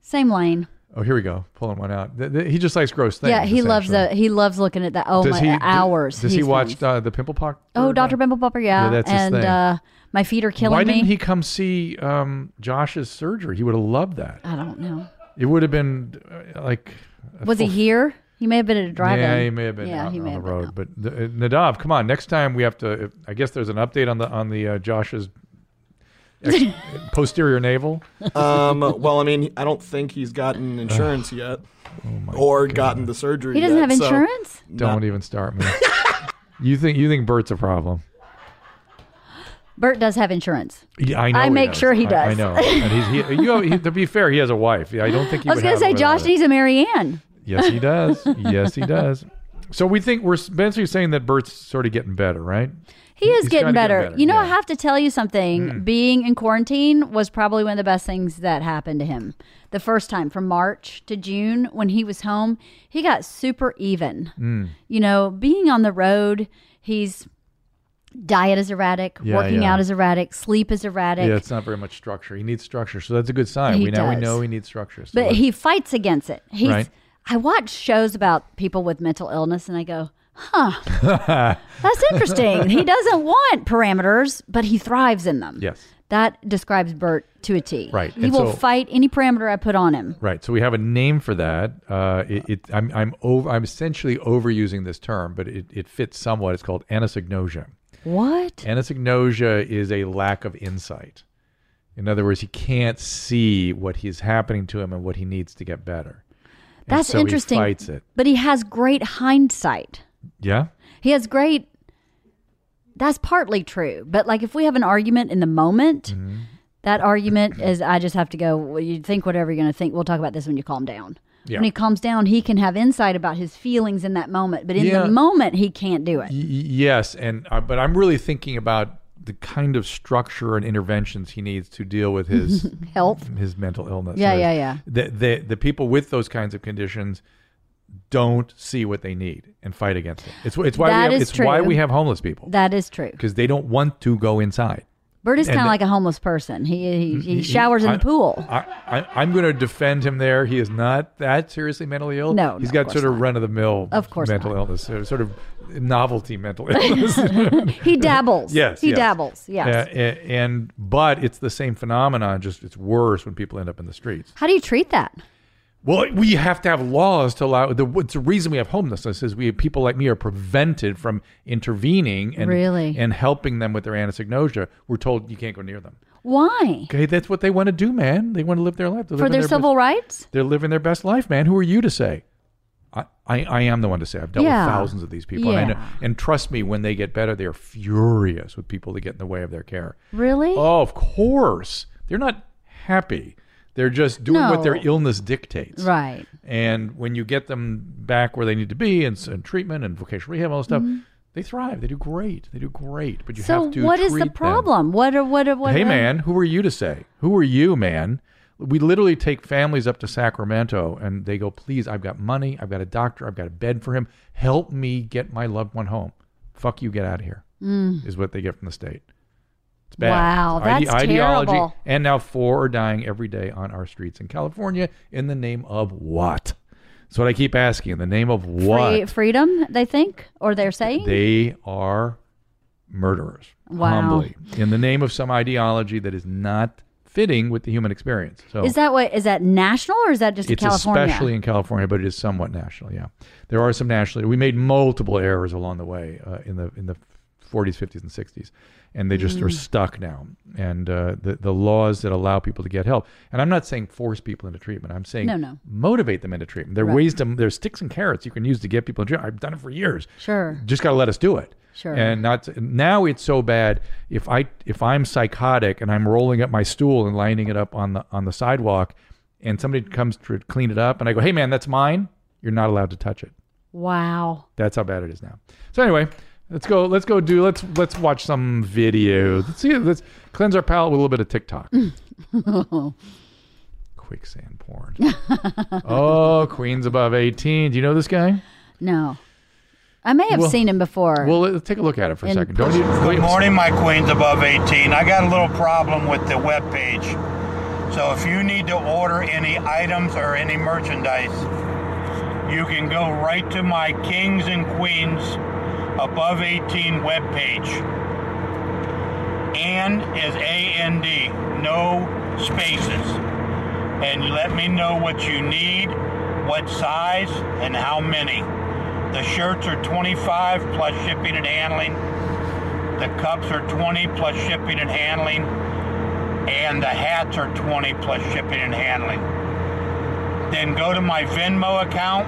Speaker 3: Same lane.
Speaker 4: Oh, here we go. Pulling one out. Th- th- he just likes gross things.
Speaker 3: yeah. He loves
Speaker 4: essentially.
Speaker 3: the. He loves looking at that. Oh
Speaker 4: Does
Speaker 3: my
Speaker 4: he d-
Speaker 3: hours.
Speaker 4: Does he
Speaker 3: he's
Speaker 4: watch
Speaker 3: done.
Speaker 4: uh, the Pimple Pop?
Speaker 3: oh, Doctor Bimble Popper. Yeah.
Speaker 4: Yeah, that's his
Speaker 3: and
Speaker 4: thing.
Speaker 3: uh my feet are killing
Speaker 4: Why didn't
Speaker 3: me.
Speaker 4: he come see um, Josh's surgery? He would have loved that.
Speaker 3: I don't know.
Speaker 4: It would have been uh, like. a
Speaker 3: Was he
Speaker 4: full-
Speaker 3: here? He may have been at a drive-in.
Speaker 4: Yeah, he may have been
Speaker 3: Yeah,
Speaker 4: out
Speaker 3: he
Speaker 4: on
Speaker 3: may
Speaker 4: the
Speaker 3: have been
Speaker 4: road.
Speaker 3: out.
Speaker 4: But uh, Nadav, come on! Next time we have to. I guess there's an update on the on the uh, Josh's ex- posterior navel?
Speaker 5: Um, well, I mean, I don't think he's gotten insurance yet, or gotten the surgery.
Speaker 3: He doesn't
Speaker 5: yet,
Speaker 3: have
Speaker 5: so-
Speaker 3: insurance.
Speaker 4: Oh Don't e- even start me. you think you think Bert's a problem?
Speaker 3: Bert does have insurance.
Speaker 4: Yeah, I know.
Speaker 3: I
Speaker 4: he
Speaker 3: make sure he
Speaker 4: I- I,
Speaker 3: does.
Speaker 4: know. And he's, he, you know, he- to be fair, he has a wife. Yeah, I don't think he
Speaker 3: I was
Speaker 4: going to
Speaker 3: say Josh needs a Marianne.
Speaker 4: Yes, he does. yes, he does. So we think we're basically saying that Bert's sort of getting better, right?
Speaker 3: He is
Speaker 4: He's
Speaker 3: getting
Speaker 4: gotta get
Speaker 3: better.
Speaker 4: better,
Speaker 3: You know, I
Speaker 4: yeah. Mm.
Speaker 3: have to tell you something. Being in quarantine was probably one of the best things that happened to him. The first time from March to June when he was home, he got super even.
Speaker 4: Mm.
Speaker 3: You know, being on the road, he's diet is erratic,
Speaker 4: Yeah,
Speaker 3: working
Speaker 4: yeah.
Speaker 3: out is erratic, sleep is erratic.
Speaker 4: Yeah, it's not very much structure. He needs structure, so that's a good sign.
Speaker 3: He
Speaker 4: we now we
Speaker 3: does.
Speaker 4: know he needs structure. So
Speaker 3: But
Speaker 4: that's-
Speaker 3: he fights against it. He's
Speaker 4: Right.
Speaker 3: I watch shows about people with mental illness and I go, huh. That's interesting. he doesn't want parameters, but he thrives in them.
Speaker 4: Yes.
Speaker 3: That describes Bert to a T.
Speaker 4: Right,
Speaker 3: He
Speaker 4: and
Speaker 3: will
Speaker 4: so-
Speaker 3: fight any parameter I put on him.
Speaker 4: Right. So we have a name for that. Uh, it, it, I'm, I'm, over, I'm essentially overusing this term, but it, it fits somewhat. It's called anisognosia.
Speaker 3: What?
Speaker 4: Anisognosia is a lack of insight. In other words, he can't see what is happening to him and what he needs to get better. And
Speaker 3: That's
Speaker 4: so
Speaker 3: interesting.
Speaker 4: He fights it.
Speaker 3: But he has great hindsight.
Speaker 4: Yeah.
Speaker 3: He has great. That's partly true. But like if we have an argument in the moment,
Speaker 4: Mm-hmm.
Speaker 3: that argument is I just have to go, well, you think whatever you're going to think. We'll talk about this when you calm down.
Speaker 4: Yeah.
Speaker 3: When he calms down, he can have insight about his feelings in that moment. But in
Speaker 4: Yeah.
Speaker 3: the moment, he can't do it.
Speaker 4: Y- y- yes, and uh, but I'm really thinking about the kind of structure and interventions he needs to deal with his
Speaker 3: Health.
Speaker 4: his mental illness.
Speaker 3: Yeah,
Speaker 4: is
Speaker 3: yeah, yeah.
Speaker 4: The, the the people with those kinds of conditions don't see what they need and fight against it. It's it's why
Speaker 3: That
Speaker 4: we have,
Speaker 3: is
Speaker 4: it's why
Speaker 3: true.
Speaker 4: we have homeless people
Speaker 3: That is true.
Speaker 4: because they don't want to go inside.
Speaker 3: Bert is
Speaker 4: And- Mm,
Speaker 3: kind of like a homeless person. He he, he showers in
Speaker 4: I-
Speaker 3: the pool.
Speaker 4: I, I, I'm going to defend him there. He is not that seriously mentally ill.
Speaker 3: No,
Speaker 4: he's
Speaker 3: no,
Speaker 4: got
Speaker 3: of course
Speaker 4: sort of run of the mill
Speaker 3: Of course
Speaker 4: mental
Speaker 3: not.
Speaker 4: illness, so- sort of novelty mental illness.
Speaker 3: He dabbles.
Speaker 4: Yes,
Speaker 3: He
Speaker 4: yes.
Speaker 3: dabbles. Yes.
Speaker 4: Uh, a- and but it's the same phenomenon. Just it's worse when people end up in the streets.
Speaker 3: How do you treat that?
Speaker 4: Well, we have to have laws to allow. The, it's the reason we have homelessness is we people like me are prevented from intervening and
Speaker 3: Really?
Speaker 4: and helping them with their anisognosia. We're told you can't go near them.
Speaker 3: Why?
Speaker 4: Okay, that's what they want to do, man. They want to live their life They're
Speaker 3: For
Speaker 4: living
Speaker 3: their
Speaker 4: best-
Speaker 3: civil rights?
Speaker 4: they're living their best life, man. Who are you to say? I, I, I am the one to say. I've dealt
Speaker 3: Yeah.
Speaker 4: with thousands of these people. And, I know,
Speaker 3: Yeah.
Speaker 4: and trust me, when they get better, they are furious with people that get in the way of their care.
Speaker 3: Really?
Speaker 4: Oh, of course. They're not happy. They're just doing what their
Speaker 3: No.
Speaker 4: illness dictates.
Speaker 3: Right.
Speaker 4: And when you get them back where they need to be and, s- and treatment and vocational rehab, and all that stuff, they thrive. They do great. They do great. But you
Speaker 3: Mm-hmm. So
Speaker 4: have to
Speaker 3: what is
Speaker 4: treat
Speaker 3: the
Speaker 4: them.
Speaker 3: problem? What are what are what?
Speaker 4: Hey,
Speaker 3: are-
Speaker 4: man, who are you to say? Who are you, man? We literally take families up to Sacramento and they go, please, I've got money. I've got a doctor. I've got a bed for him. Help me get my loved one home. Fuck you, get out of here, is what they get from the state. It's bad.
Speaker 3: Mm. Wow,
Speaker 4: It's ide-
Speaker 3: that's
Speaker 4: ideology.
Speaker 3: terrible.
Speaker 4: And now four are dying every day on our streets in California in the name of what? That's what I keep asking. In the name of what?
Speaker 3: Free, freedom? They think or they're saying?
Speaker 4: They are murderers.
Speaker 3: Wow.
Speaker 4: Humbly, in the name of some ideology that is not fitting with the human experience. So
Speaker 3: is that what? Is that national or is that just
Speaker 4: it's
Speaker 3: California?
Speaker 4: especially in California, but it is somewhat national. Yeah, there are some national. We made multiple errors along the way uh, in the in the 40s, 50s, and 60s, and they just
Speaker 3: Mm.
Speaker 4: are stuck now. And uh, the the laws that allow people to get help. And I'm not saying force people into treatment. I'm saying
Speaker 3: No, no.
Speaker 4: motivate them into treatment. There are
Speaker 3: Right.
Speaker 4: ways to there's sticks and carrots you can use to get people in treatment. I've done it for years
Speaker 3: Sure.
Speaker 4: just got to let us do it.
Speaker 3: Sure.
Speaker 4: And not now it's so bad if I if I'm psychotic and I'm rolling up my stool and lining it up on the on the sidewalk and somebody comes to clean it up and I go, "Hey man, that's mine." You're not allowed to touch it.
Speaker 3: Wow.
Speaker 4: That's how bad it is now. So anyway, let's go let's go do let's let's watch some video. Let's see let's cleanse our palate with a little bit of TikTok. Quicksand porn. oh, Queen's above 18. Do you know this guy?
Speaker 3: No, I may have
Speaker 4: Well-
Speaker 3: seen him before.
Speaker 4: Well, let's take a look at it for a
Speaker 3: In
Speaker 4: second. Don't you,
Speaker 7: Good morning, my queens above 18. I got a little problem with the web page, So if you need to order any items or any merchandise, you can go right to my Kings and Queens Above 18 webpage. And is A-N-D, no spaces. And let me know what you need, what size, and how many. The shirts are 25 plus shipping and handling. The cups are 20 plus shipping and handling. and the hats are 20 plus shipping and handling. Then go to my Venmo account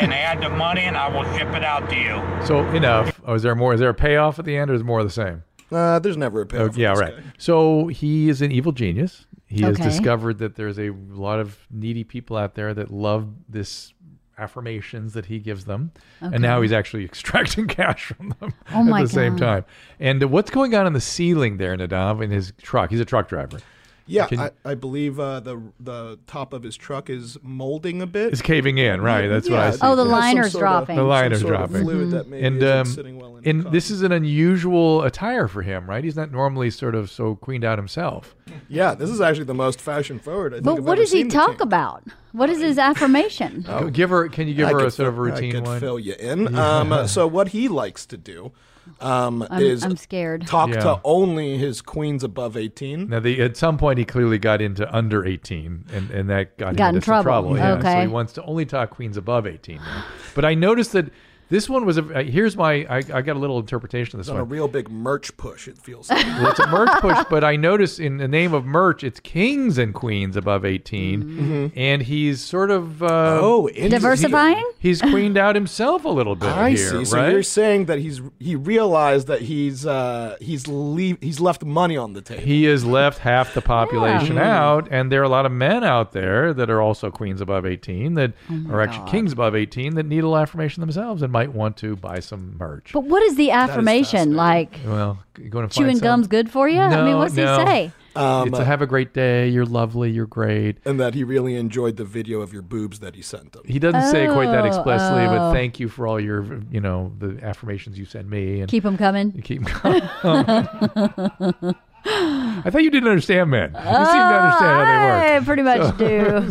Speaker 7: and add the money, and I will ship it out to you.
Speaker 4: So enough. Oh, is there more? Is there a payoff at the end, or is it more of the same?
Speaker 5: Uh, there's never a payoff.
Speaker 4: Oh, yeah,
Speaker 5: for this
Speaker 4: right.
Speaker 5: guy.
Speaker 4: So he is an evil genius. He
Speaker 3: Okay.
Speaker 4: has discovered that there's a lot of needy people out there that love this affirmations that he gives them, and now he's actually extracting cash from them at
Speaker 3: Oh my
Speaker 4: the same
Speaker 3: God.
Speaker 4: time. And uh, what's going on in the ceiling there, Nadav, in his truck? He's a truck driver.
Speaker 5: Yeah,
Speaker 4: Can-
Speaker 5: I, I believe uh, the the top of his truck is molding a bit.
Speaker 4: It's caving in, right? That's what I
Speaker 5: Yeah,
Speaker 4: see.
Speaker 3: Oh, the
Speaker 5: it has some
Speaker 3: liner's
Speaker 5: sort of-
Speaker 3: dropping. Mm-hmm. The
Speaker 5: some
Speaker 4: liner's
Speaker 5: sort of
Speaker 4: dropping.
Speaker 5: fluid that maybe
Speaker 4: and
Speaker 5: isn't
Speaker 4: um,
Speaker 5: sitting well in.
Speaker 4: and
Speaker 5: the
Speaker 4: this
Speaker 5: cockpit.
Speaker 4: is an unusual attire for him, right? He's not normally sort of so queened out himself.
Speaker 5: yeah, this is actually the most fashion forward. I think
Speaker 3: But
Speaker 5: I've
Speaker 3: what
Speaker 5: ever
Speaker 3: does he
Speaker 5: seen the
Speaker 3: talk
Speaker 5: king.
Speaker 3: about? What is
Speaker 4: Uh,
Speaker 3: his affirmation?
Speaker 4: Go- Give her. Can you give
Speaker 5: Oh. I
Speaker 4: her a
Speaker 5: could
Speaker 4: sort of
Speaker 5: fill- I
Speaker 4: routine
Speaker 5: could
Speaker 4: one?
Speaker 5: fill you in. Um, uh, so what he likes to do um,
Speaker 3: I'm,
Speaker 5: is
Speaker 3: I'm scared.
Speaker 5: talk
Speaker 4: Yeah.
Speaker 5: to only his queens above eighteen.
Speaker 4: Now, the, at some point, he clearly got into under 18, and, and that got, him
Speaker 3: Got in
Speaker 4: into some
Speaker 3: trouble.
Speaker 4: trouble. Yeah. So
Speaker 3: Okay.
Speaker 4: he wants to only talk queens above 18. now. But I noticed that this one was a. uh, Here's my. I, I got a little interpretation of this
Speaker 5: On a
Speaker 4: one.
Speaker 5: real big merch push, it feels. like.
Speaker 4: Well, it's a merch push, but I noticed in the name of merch, it's kings and queens above 18. And he's sort of. Uh,
Speaker 5: Mm-hmm. oh, interesting.
Speaker 3: Diversifying?
Speaker 4: He's queened out himself a little bit
Speaker 5: I
Speaker 4: here,
Speaker 5: see.
Speaker 4: right?
Speaker 5: So you're saying that he's he realized that he's uh, he's le- he's left money on the table.
Speaker 4: he has left half the population out, and there are a lot of men out there that are also queens above 18 that
Speaker 3: Oh
Speaker 4: are actually kings above 18 that need a little affirmation themselves and might want to buy some merch.
Speaker 3: But what is the affirmation? like
Speaker 4: well, you going to
Speaker 3: chewing
Speaker 4: find some?
Speaker 3: gum's good for you? I mean,
Speaker 4: No,
Speaker 3: what's
Speaker 4: no.
Speaker 3: he say?
Speaker 4: it's a have a great day. You're lovely. You're great.
Speaker 5: um, and that he really enjoyed the video of your boobs that he sent them.
Speaker 4: He doesn't say quite that
Speaker 3: Oh,
Speaker 4: explicitly, but
Speaker 3: oh.
Speaker 4: thank you for all your, you know, the affirmations you send me and
Speaker 3: Keep him coming.
Speaker 4: keep. I thought you didn't understand, man. You seem to understand how they work.
Speaker 3: I pretty much do.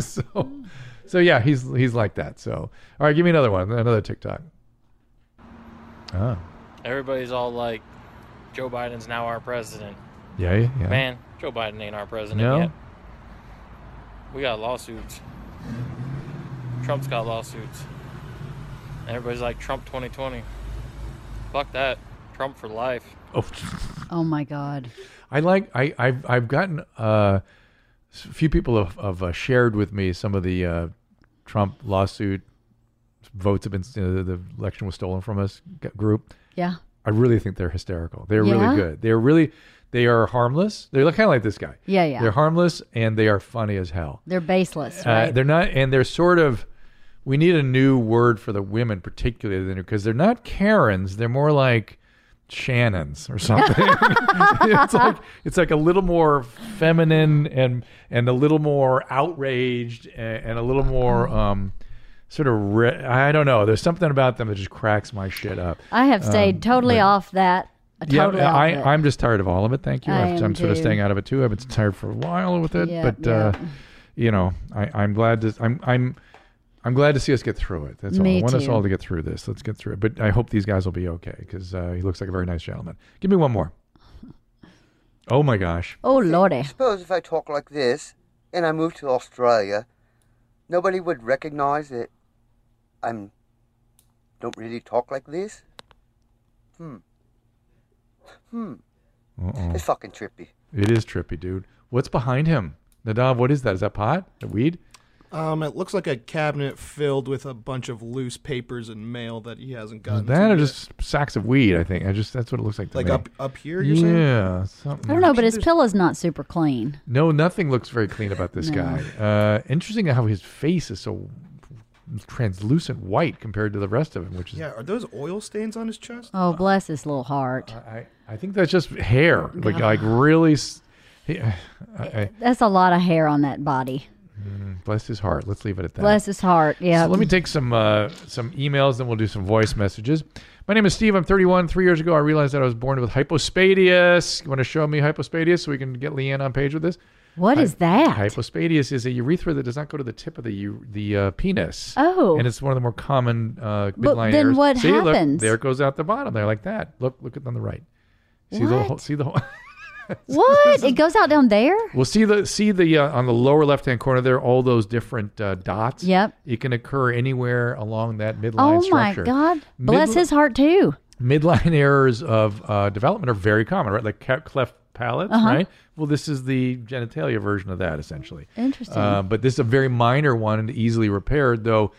Speaker 4: so, so yeah, he's he's like that. So, all right, give me another one, another TikTok. Oh,
Speaker 8: Everybody's all like, Joe Biden's now our president.
Speaker 4: yeah, yeah, yeah.
Speaker 8: Man, Joe Biden ain't our president
Speaker 4: No?
Speaker 8: yet. We got lawsuits. Trump's got lawsuits. Everybody's like, Trump 2020. Fuck that. Trump for life.
Speaker 4: Oh,
Speaker 3: Oh my God.
Speaker 4: I like I I've I've gotten uh, s- few people have, have uh, shared with me some of the uh, Trump lawsuit votes have been uh, the election was stolen from us g- group.
Speaker 3: Yeah.
Speaker 4: I really think they're hysterical. They're
Speaker 3: Yeah?
Speaker 4: really good. They're really they are harmless. They're kind of like this guy.
Speaker 3: Yeah, yeah.
Speaker 4: They're harmless and they are funny as hell.
Speaker 3: They're baseless,
Speaker 4: Uh,
Speaker 3: right?
Speaker 4: they're not, and they're sort of. We need a new word for the women, particularly because they're not Karens. They're more like Shannons or something. it's like it's like a little more feminine and and a little more outraged and, and a little more um, sort of. Re- I don't know. There's something about them that just cracks my shit up.
Speaker 3: I have stayed totally off that. Totally
Speaker 4: Um, yeah,
Speaker 3: off
Speaker 4: I,
Speaker 3: it.
Speaker 4: I'm just tired of all of it. Thank you.
Speaker 3: I
Speaker 4: I'm,
Speaker 3: am
Speaker 4: I'm sort of
Speaker 3: too.
Speaker 4: staying out of it too. I've been tired for a while with it,
Speaker 3: Yeah,
Speaker 4: but
Speaker 3: yeah.
Speaker 4: Uh, you know, I, I'm glad to. I'm I'm I'm glad to see us get through it. That's all. I
Speaker 3: Me
Speaker 4: want us
Speaker 3: too.
Speaker 4: all to get through this. Let's get through it. But I hope these guys will be okay because uh, he looks like a very nice gentleman. Give me one more. Oh my gosh.
Speaker 3: oh, Lordy.
Speaker 9: Suppose if I talk like this and I moved to Australia, nobody would recognize it. I'm don't really talk like this. Hmm.
Speaker 4: Uh-oh.
Speaker 9: It's fucking trippy.
Speaker 4: It is trippy, dude. What's behind him? Nadav, what is that? Is that pot? The weed?
Speaker 5: Um, it looks like a cabinet filled with a bunch of loose papers and mail that he hasn't gotten.
Speaker 4: That
Speaker 5: to
Speaker 4: or
Speaker 5: yet.
Speaker 4: just sacks of weed? I think. I just that's what it looks like to
Speaker 5: like
Speaker 4: me.
Speaker 5: up up here? You're saying?
Speaker 4: yeah, something.
Speaker 3: I don't know, but his pillow's not super clean.
Speaker 4: No, nothing looks very clean about this
Speaker 3: No.
Speaker 4: guy. Uh, interesting how his face is so translucent white compared to the rest of him, which is.
Speaker 5: Yeah. Are those oil stains on his chest?
Speaker 3: Oh, bless his little heart.
Speaker 4: I, I think that's just hair, like like really. s- He, I, I,
Speaker 3: That's a lot of hair on that body.
Speaker 4: bless his heart. Let's leave it at that.
Speaker 3: Bless his heart. Yeah.
Speaker 4: So let me take some uh, some emails, then we'll do some voice messages. My name is Steve. I'm 31. Three years ago, I realized that I was born with hypospadias. You want to show me hypospadias so we can get Leanne on page with this?
Speaker 3: what is that?
Speaker 4: Hypospadias is a urethra that does not go to the tip of the u- the uh, penis.
Speaker 3: Oh.
Speaker 4: and it's one of the more common uh, midline
Speaker 3: But then
Speaker 4: errors.
Speaker 3: what
Speaker 4: see, Look,
Speaker 3: happens?
Speaker 4: there it goes out the bottom there like that. Look, look at on the right. See the
Speaker 3: What?
Speaker 4: whole, see the whole.
Speaker 3: what? It goes out down there?
Speaker 4: well, see the see the uh, on the lower left hand corner there. All those different uh, dots.
Speaker 3: Yep.
Speaker 4: It can occur anywhere along that midline
Speaker 3: Oh my
Speaker 4: structure.
Speaker 3: God. Bless
Speaker 4: Midli-
Speaker 3: his heart too.
Speaker 4: Midline errors of uh, development are very common, right? Like ca- cleft palates,
Speaker 3: Uh-huh.
Speaker 4: right? Well, this is the genitalia version of that, essentially.
Speaker 3: Interesting.
Speaker 4: Uh, but this is a very minor one and easily repaired, though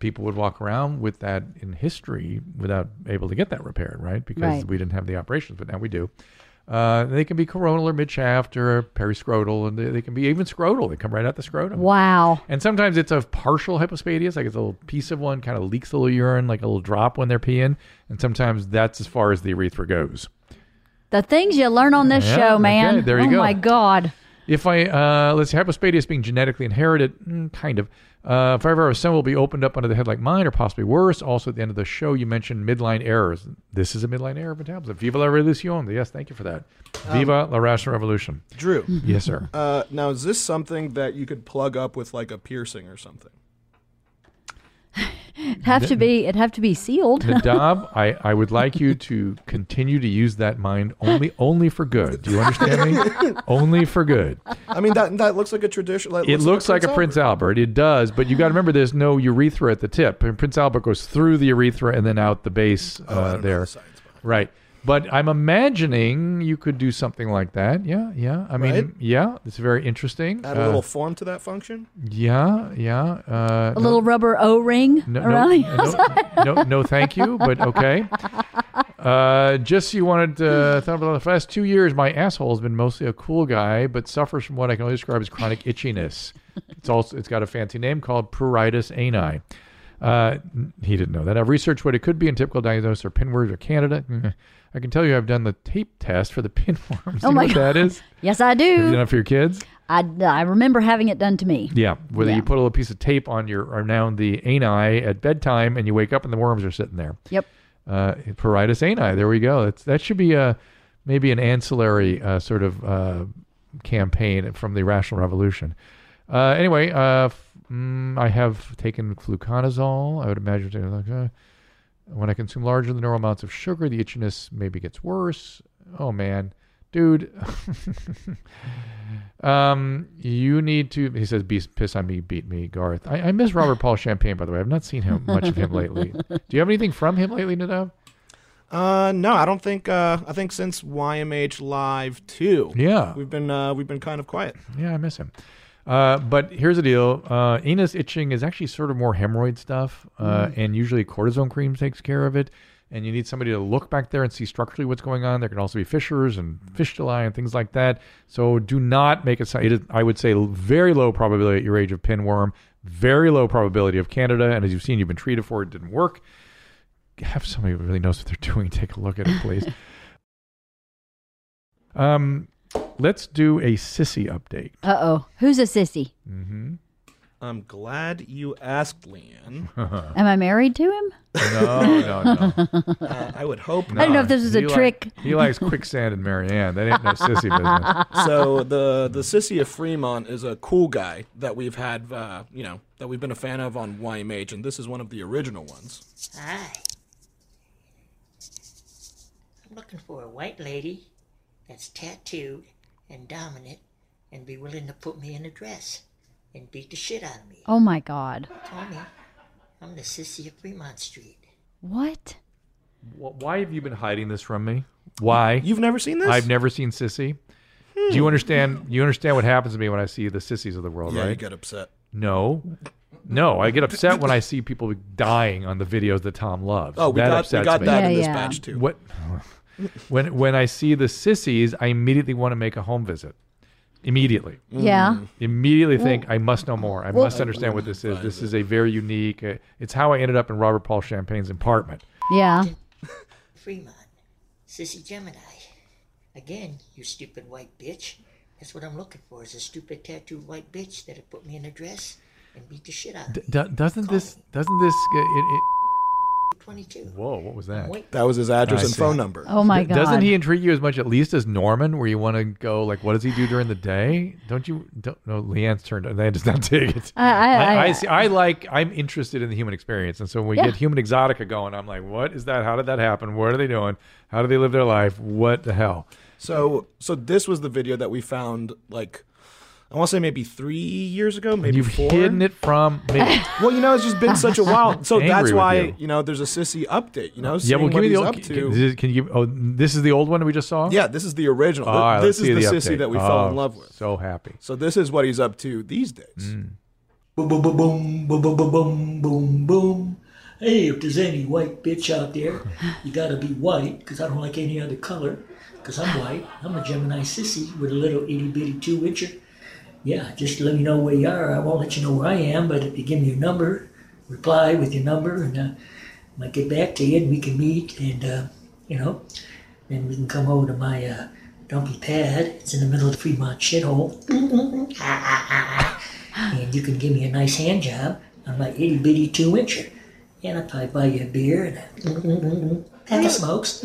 Speaker 4: people would walk around with that in history without able to get that repaired, right? Because
Speaker 3: Right.
Speaker 4: we didn't have the operations, but now we do. Uh, they can be coronal or mid shaft or periscrotal, and they, they can be even scrotal. They come right out the scrotum.
Speaker 3: Wow.
Speaker 4: And sometimes it's a partial hypospadias, like it's a little piece of one, kind of leaks a little urine, like a little drop when they're peeing. And sometimes that's as far as the urethra goes.
Speaker 3: The things you learn on this
Speaker 4: Yeah,
Speaker 3: show,
Speaker 4: okay,
Speaker 3: man.
Speaker 4: there you
Speaker 3: oh
Speaker 4: go.
Speaker 3: my God.
Speaker 4: If I, uh, let's see, hypospadias being genetically inherited, mm, kind of. Uh, if I ever have some will be opened up under the head like mine, or possibly worse. Also, at the end of the show, you mentioned midline errors. This is a midline error of metabolism. Viva la revolution. Yes, thank you for that. Viva la rational revolution.
Speaker 5: Drew.
Speaker 4: Yes, sir.
Speaker 5: Uh, now, is this something that you could plug up with like a piercing or something?
Speaker 3: It'd have to be. It'd have to be sealed.
Speaker 4: Nadab, I, I would like you to continue to use that mind only only for good. Do you understand me? only for good.
Speaker 5: I mean, that that looks like a tradition. that
Speaker 4: It looks like a Prince Albert. It does, but you got to remember there's no urethra at the tip. And Prince Albert goes through the urethra and then out the base uh, there. right. But I'm imagining you could do something like that. Yeah, yeah. I mean,
Speaker 5: Right?
Speaker 4: yeah, it's very interesting.
Speaker 5: Add a
Speaker 4: Uh,
Speaker 5: little form to that function.
Speaker 4: yeah, yeah. Uh,
Speaker 3: A little rubber O ring
Speaker 4: no,
Speaker 3: around the
Speaker 4: no, no, no, no, thank you, but okay. Uh, just so you wanted uh, thought about it, for the last two years, my asshole has been mostly a cool guy, but suffers from what I can only describe as chronic itchiness. It's also it's got a fancy name called pruritus ani. Uh, n- he didn't know that. I've researched what it could be in typical diagnosis or pinworms or Canada. Mm. I can tell you I've done the tape test for the pinworms. Do you
Speaker 3: Oh my
Speaker 4: know what that is?
Speaker 3: Yes, I
Speaker 4: Have you done
Speaker 3: do.
Speaker 4: it for your kids?
Speaker 3: I, I remember having it done to me.
Speaker 4: Yeah, whether
Speaker 3: Yeah.
Speaker 4: you put a little piece of tape on your around the ani at bedtime, and you wake up and the worms are sitting there.
Speaker 3: Yep.
Speaker 4: Uh, pruritus ani. There we go. That's that should be a maybe an ancillary uh, sort of uh, campaign from the Rational Revolution. Uh, anyway, uh, f- mm, I have taken fluconazole. I would imagine taking like, uh, when I consume larger than normal amounts of sugar, the itchiness maybe gets worse. Oh man, dude. Um, you need to. He says, "Be piss on me, beat me, Garth." I, I miss Robert Paul Champagne, by the way. I've not seen him much of him lately. Do you have anything from him lately, Nadav?
Speaker 5: Uh, no, I don't think. Uh, I think since YMH Live two,
Speaker 4: Yeah.
Speaker 5: we've been uh, we've been kind of quiet.
Speaker 4: Yeah, I miss him. Uh, but here's the deal: uh, anus itching is actually sort of more hemorrhoid stuff, uh, and usually cortisone cream takes care of it. And you need somebody to look back there and see structurally what's going on. There can also be fissures and fistulae and things like that. So do not make it. It is, I would say, very low probability at your age of pinworm. Very low probability of Canada. And as you've seen, you've been treated for it. it didn't work. Have somebody who really knows what they're doing take a look at it, please. um, let's do a sissy update.
Speaker 3: Uh oh. Who's a sissy?
Speaker 4: Mm-hmm.
Speaker 5: I'm glad you asked, Leanne.
Speaker 3: Am I married to him?
Speaker 4: No, no, no.
Speaker 5: Uh, I would hope
Speaker 3: I don't know
Speaker 5: not.
Speaker 3: if this was a
Speaker 4: He li-
Speaker 3: trick.
Speaker 4: he likes quicksand and Marianne. That ain't no sissy business.
Speaker 5: So the the sissy of Fremont is a cool guy that we've had, uh, you know, that we've been a fan of on YMH, and this is one of the original ones.
Speaker 10: Hi. I'm looking for a white lady that's tattooed and dominant and be willing to put me in a dress and beat the shit out of me.
Speaker 3: Oh my God.
Speaker 10: Tell me, I'm the sissy of Fremont Street.
Speaker 3: What?
Speaker 4: Why have you been hiding this from me? Why?
Speaker 5: You've never seen this?
Speaker 4: I've never seen sissy. Do
Speaker 3: Hmm.
Speaker 4: you understand? You understand what happens to me when I see the sissies of the world,
Speaker 5: Yeah, you
Speaker 4: right?
Speaker 5: get upset.
Speaker 4: No, no. I get upset when I see people dying on the videos that Tom loves.
Speaker 5: Oh, we
Speaker 4: that
Speaker 5: got we
Speaker 4: upsets
Speaker 5: got
Speaker 4: me.
Speaker 5: that in
Speaker 3: Yeah,
Speaker 5: this
Speaker 3: yeah.
Speaker 5: batch too.
Speaker 4: What? when when I see the sissies, I immediately want to make a home visit. Immediately.
Speaker 3: Yeah.
Speaker 4: Mm. immediately think I must know more. I must understand what this is. This is a very unique. Uh, it's how I ended up in Robert Paul Champagne's apartment.
Speaker 3: Yeah.
Speaker 10: Fremont, sissy Gemini. Again, you stupid white bitch. That's what I'm looking for is a stupid tattooed white bitch that'll put me in a dress and beat the shit out of me.
Speaker 4: doesn't this? Doesn't this? It, it,
Speaker 10: 22.
Speaker 4: whoa! What was that?
Speaker 10: Wait,
Speaker 5: That was his address
Speaker 4: I
Speaker 5: and
Speaker 4: see.
Speaker 5: phone number.
Speaker 3: Oh my God.
Speaker 4: Doesn't he intrigue you as much, at least as Norman, where you want to go? Like, what does he do during the day? Don't you? Don't no. Leanne's turned. Leanne does not take it.
Speaker 3: I- I- I-
Speaker 4: see, I like. I'm interested in the human experience, and so when we
Speaker 3: Yeah.
Speaker 4: get human exotica going, I'm like, what is that? How did that happen? What are they doing? How do they live their life? What the hell?
Speaker 5: So so this was the video that we found like I want to say maybe three years ago, maybe
Speaker 4: You've
Speaker 5: four.
Speaker 4: hidden it from me.
Speaker 5: Well, you know, it's just been such a while. So
Speaker 4: Angry
Speaker 5: that's
Speaker 4: with
Speaker 5: why
Speaker 4: you.
Speaker 5: you. know there's a sissy update. You know,
Speaker 4: yeah,
Speaker 5: seeing
Speaker 4: well,
Speaker 5: what
Speaker 4: give me the
Speaker 5: he's
Speaker 4: old.
Speaker 5: up to.
Speaker 4: Can, can you? Oh, this is the old one we just saw.
Speaker 5: yeah, this is the original.
Speaker 4: All right,
Speaker 5: this
Speaker 4: let's
Speaker 5: is
Speaker 4: see
Speaker 5: the,
Speaker 4: the
Speaker 5: sissy
Speaker 4: update.
Speaker 5: that we fell
Speaker 4: Oh,
Speaker 5: in love with.
Speaker 4: So happy.
Speaker 5: So this is what he's up to these days.
Speaker 4: Mm.
Speaker 10: Boom, boom, boom, boom, boom, boom, boom, boom, boom, boom. Hey, if there's any white bitch out there, you gotta be white, 'cause I don't like any other color, 'cause I'm white. I'm a Gemini sissy with a little itty bitty two incher. Yeah, just let me know where you are. I won't let you know where I am, but if you give me your number, reply with your number, and uh, I might get back to you, and we can meet, and uh, you know, then we can come over to my uh, dumpy pad. It's in the middle of the Fremont shithole. and you can give me a nice hand job on my itty bitty two incher. And I'll probably buy you a beer and a pack of smokes.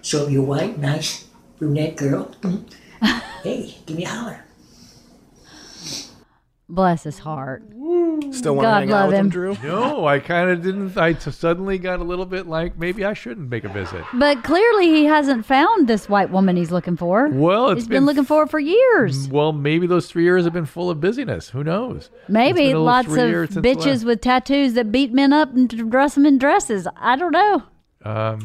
Speaker 10: so if you're white, nice brunette girl, hey, give me a holler.
Speaker 3: Bless his heart.
Speaker 5: Still want to
Speaker 3: God
Speaker 5: hang
Speaker 3: love
Speaker 5: out with him,
Speaker 3: him.
Speaker 5: Drew?
Speaker 4: No, I kind of didn't. I t- suddenly got a little bit like maybe I shouldn't make a visit.
Speaker 3: But clearly, he hasn't found this white woman he's looking for.
Speaker 4: Well, it's
Speaker 3: he's been,
Speaker 4: been Mm,
Speaker 3: looking for it for years.
Speaker 4: Well, maybe those three years have been full of busyness. Who knows? It's
Speaker 3: Maybe
Speaker 4: been a little
Speaker 3: lots of
Speaker 4: three years since the
Speaker 3: bitches
Speaker 4: last-
Speaker 3: with tattoos that beat men up and d- dress them in dresses. I don't know.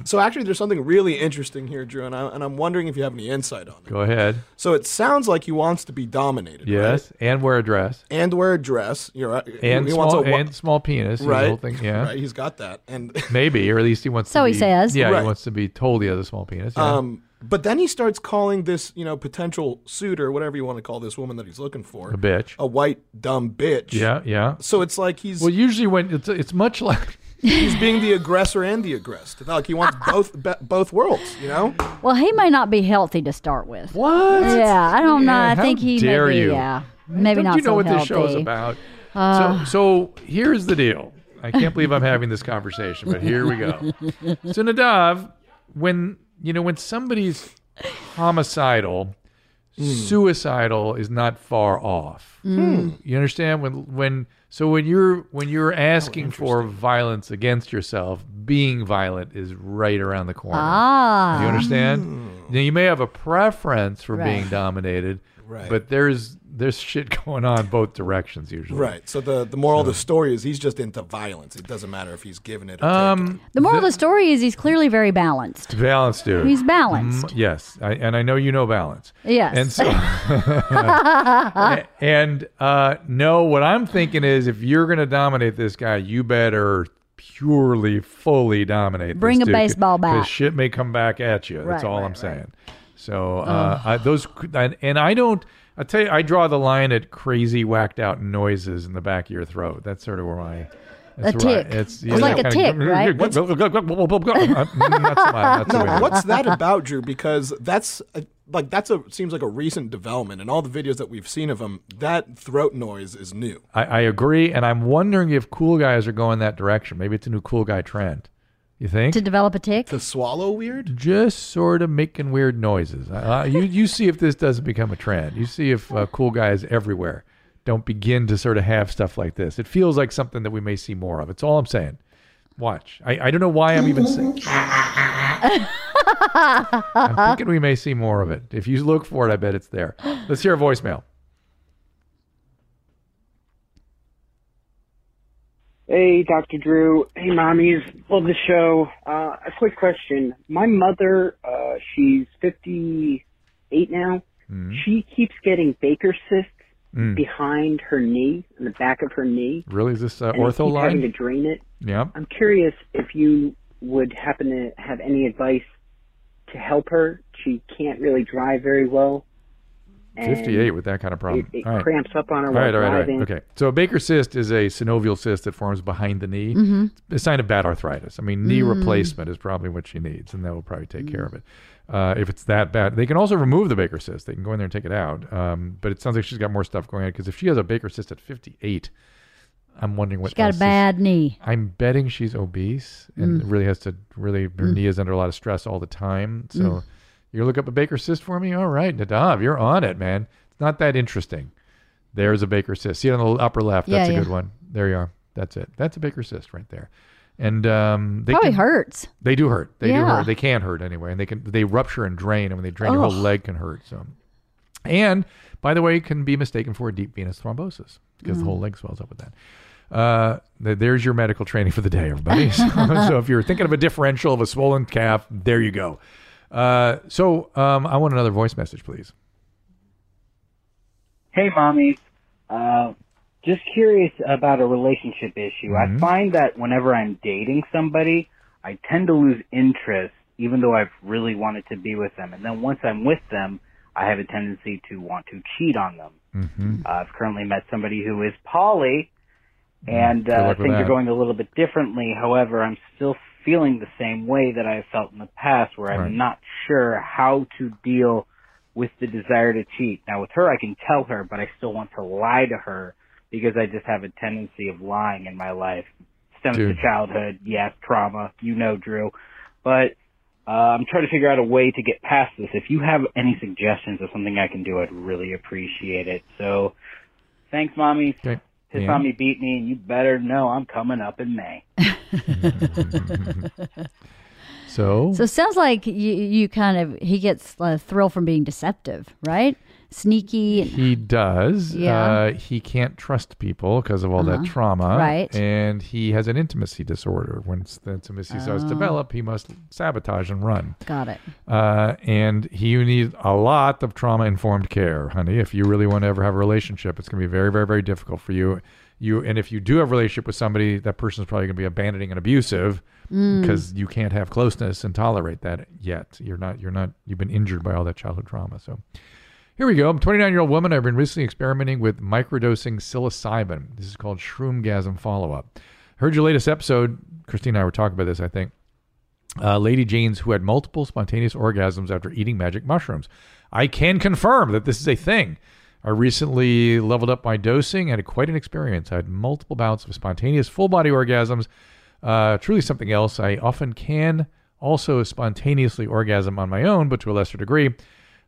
Speaker 5: So actually, there's something really interesting here, Drew, and, I, and I'm wondering if you have any insight on it.
Speaker 4: Go ahead.
Speaker 5: So it sounds like he wants to be dominated. right?
Speaker 4: Yes, and wear a dress
Speaker 5: And wear a dress. You're right.
Speaker 4: and
Speaker 5: he
Speaker 4: small
Speaker 5: wants a wa-
Speaker 4: and small penis. The
Speaker 5: right.
Speaker 4: whole thing. Yeah.
Speaker 5: Right. He's got that. And
Speaker 4: Maybe, or at least he wants.
Speaker 3: So
Speaker 4: to
Speaker 3: he
Speaker 4: be-
Speaker 3: says.
Speaker 4: Yeah,
Speaker 5: Right.
Speaker 4: he wants to be told he has a small penis. Yeah.
Speaker 5: um, but then he starts calling this, you know, potential suitor, whatever you want to call this woman that he's looking for,
Speaker 4: a bitch.
Speaker 5: a white dumb bitch.
Speaker 4: Yeah, yeah.
Speaker 5: So it's like he's
Speaker 4: Well, usually when it's it's much like
Speaker 5: he's being the aggressor and the aggressed. Like he wants both be, both worlds. You know.
Speaker 3: Well, he may not be healthy to start with.
Speaker 4: what?
Speaker 3: Yeah, I don't know. I
Speaker 4: how
Speaker 3: think he may
Speaker 4: dare
Speaker 3: be,
Speaker 4: you.
Speaker 3: yeah, maybe
Speaker 4: don't
Speaker 3: not
Speaker 4: you know
Speaker 3: so
Speaker 4: what
Speaker 3: healthy. Uh,
Speaker 4: this show is about? so, so here's the deal. I can't believe I'm having this conversation, but here we go. So Nadav, when you know when somebody's homicidal,
Speaker 3: Hmm.
Speaker 4: suicidal is not far off.
Speaker 3: Hmm.
Speaker 4: You understand when when so when you're when
Speaker 3: Oh,
Speaker 4: you're asking for violence against yourself, being violent is right around the corner.
Speaker 3: Ah,
Speaker 4: You
Speaker 5: Hmm.
Speaker 4: understand? Now you may have a preference for being
Speaker 3: Right.
Speaker 4: dominated,
Speaker 5: Right.
Speaker 4: but there's there's shit going on both directions usually.
Speaker 5: Right. So the the moral of the story is he's just into violence. It doesn't matter if he's giving it. Or taking
Speaker 4: Um,
Speaker 3: the moral of the story is he's clearly very balanced.
Speaker 4: balance, dude.
Speaker 3: He's balanced.
Speaker 4: Mm, yes, I, and I know you know balance.
Speaker 3: Yes.
Speaker 4: And so, and uh, no, what I'm thinking is if you're going to dominate this guy, you better purely, fully dominate.
Speaker 3: Bring a
Speaker 4: this dude, 'cause-
Speaker 3: baseball bat.
Speaker 4: 'cause shit may come back at you. That's
Speaker 3: Right,
Speaker 4: all
Speaker 3: right,
Speaker 4: I'm
Speaker 3: right.
Speaker 4: saying. So uh, I, those and, and I don't. I tell you, I draw the line at crazy, whacked out noises in the back of your throat. That's sort of where my that's
Speaker 3: A
Speaker 4: where I-
Speaker 3: tick.
Speaker 4: It's,
Speaker 3: It's like
Speaker 4: that
Speaker 3: a
Speaker 4: kinda-
Speaker 3: tick, right?
Speaker 4: What's- Mm, that's my- that's the way
Speaker 5: it.
Speaker 4: to do it.
Speaker 5: What's that about, Drew? Because that's a, like that's a seems like a recent development, and all the videos that we've seen of him, that throat noise is new.
Speaker 4: I, I agree, and I'm wondering if cool guys are going that direction. Maybe it's a new cool guy trend. You think?
Speaker 3: To develop a tick,
Speaker 5: To swallow weird.
Speaker 4: Just sort of making weird noises. Uh, you you see if this doesn't become a trend. You see if uh, cool guys everywhere don't begin to sort of have stuff like this. It feels like something that we may see more of. It's all I'm saying. Watch. I, I don't know why I'm even saying. I'm thinking we may see more of it. If you look for it, I bet it's there. Let's hear a voicemail.
Speaker 11: Hey, Dr. Drew. Hey, mommies. Love the show. Uh, a quick question. My mother, uh, she's 58 now.
Speaker 4: Mm-hmm.
Speaker 11: She keeps getting Baker cysts
Speaker 4: Mm.
Speaker 11: behind her knee, in the back of her knee.
Speaker 4: Really, is this uh,
Speaker 11: and they
Speaker 4: ortho
Speaker 11: keep having to
Speaker 4: line?
Speaker 11: drain it.
Speaker 4: Yeah.
Speaker 11: I'm curious if you would happen to have any advice to help her. She can't really drive very well. and
Speaker 4: 58 with that kind of problem.
Speaker 11: It, it
Speaker 4: all right.
Speaker 11: cramps up on her
Speaker 4: All
Speaker 11: while
Speaker 4: right, all right, all
Speaker 11: driving.
Speaker 4: right. Okay. So a Baker cyst is a synovial cyst that forms behind the knee.
Speaker 3: Mm-hmm.
Speaker 4: A sign of bad arthritis. I mean, knee
Speaker 3: Mm.
Speaker 4: replacement is probably what she needs, and that will probably take care of it. Uh, if it's that bad, they can also remove the Baker cyst. They can go in there and take it out. Um, but it sounds like she's got more stuff going on because if she has a Baker cyst at 58, I'm wondering what
Speaker 3: he's got
Speaker 4: else
Speaker 3: a
Speaker 4: is-
Speaker 3: bad knee.
Speaker 4: I'm betting she's obese and
Speaker 3: Mm.
Speaker 4: really has to really her knee is under a lot of stress all the time. So
Speaker 3: Mm.
Speaker 4: you look up a Baker cyst for me. All right, Nadav, you're on it, man. It's not that interesting. There's a Baker cyst. See it on the upper left.
Speaker 3: Yeah,
Speaker 4: That's a
Speaker 3: yeah.
Speaker 4: good one. There you are. That's it. That's a Baker cyst right there. And um, they
Speaker 3: Probably
Speaker 4: can-
Speaker 3: hurts.
Speaker 4: They do hurt. They do
Speaker 3: Yeah.
Speaker 4: hurt. They can hurt anyway, and they can they rupture and drain, and when they drain, your whole
Speaker 3: Ugh.
Speaker 4: leg can hurt. So And by the way, can be mistaken for a deep venous thrombosis because the
Speaker 6: Mm.
Speaker 4: whole leg swells up with that. Uh, th- there's your medical training for the day, everybody. So, so if you're thinking of a differential of a swollen calf, there you go. Uh, so um, I want another voice message, please.
Speaker 12: Hey, mommy. Uh, just curious about a relationship issue. I
Speaker 13: Mm-hmm.
Speaker 4: Mhm.
Speaker 12: find that whenever I'm dating somebody, I tend to lose interest, even though I've really wanted to be with them. And then once I'm with them, I have a tendency to want to cheat on them.
Speaker 4: Mm-hmm.
Speaker 12: Uh, I've currently met somebody who is poly, and
Speaker 13: Mm-hmm. Good
Speaker 12: uh,
Speaker 13: luck with
Speaker 12: things are
Speaker 13: that.
Speaker 12: going a little bit differently. However, I'm still feeling the same way that I felt in the past, where I'm
Speaker 13: Right.
Speaker 12: not sure how to deal with the desire to cheat. Now, with her, I can tell her, but I still want to lie to her because I just have a tendency of lying in my life. Stems
Speaker 13: Dude.
Speaker 12: to childhood, yes, trauma, you know, Drew. But uh, I'm trying to figure out a way to get past this. If you have any suggestions of something I can do, I'd really appreciate it. So, thanks, mommy.
Speaker 4: Okay.
Speaker 12: Piss
Speaker 4: Yeah.
Speaker 12: on me, beat me, and you better know I'm coming up in May.
Speaker 4: So,
Speaker 3: So it sounds like you, you kind of he gets a thrill from being deceptive, right? Sneaky. And,
Speaker 4: he does.
Speaker 3: Yeah.
Speaker 4: Uh, he can't trust people because of all
Speaker 3: Uh-huh.
Speaker 4: that trauma.
Speaker 3: Right.
Speaker 4: And he has an intimacy disorder. Once the intimacy starts to
Speaker 3: Oh.
Speaker 4: develop, he must sabotage and run.
Speaker 3: Got it.
Speaker 4: Uh, and he- you need a lot of trauma informed care, honey. If you really want to ever have a relationship, it's going to be very, very, very difficult for you. You and if you do have a relationship with somebody, that person's probably going to be abandoning and abusive
Speaker 6: Mm.
Speaker 4: because you can't have closeness and tolerate that yet. You're not. You're not. You've been injured by all that childhood trauma. So. Here we go. I'm a 29 year old woman. I've been recently experimenting with microdosing psilocybin. This is called shroomgasm follow up. Heard your latest episode. Christine and I were talking about this, I think. Uh, Lady Jane's, who had multiple spontaneous orgasms after eating magic mushrooms. I can confirm that this is a thing. I recently leveled up my dosing and had quite an experience. I had multiple bouts of spontaneous full body orgasms. Uh, truly something else. I often can also spontaneously orgasm on my own, but to a lesser degree.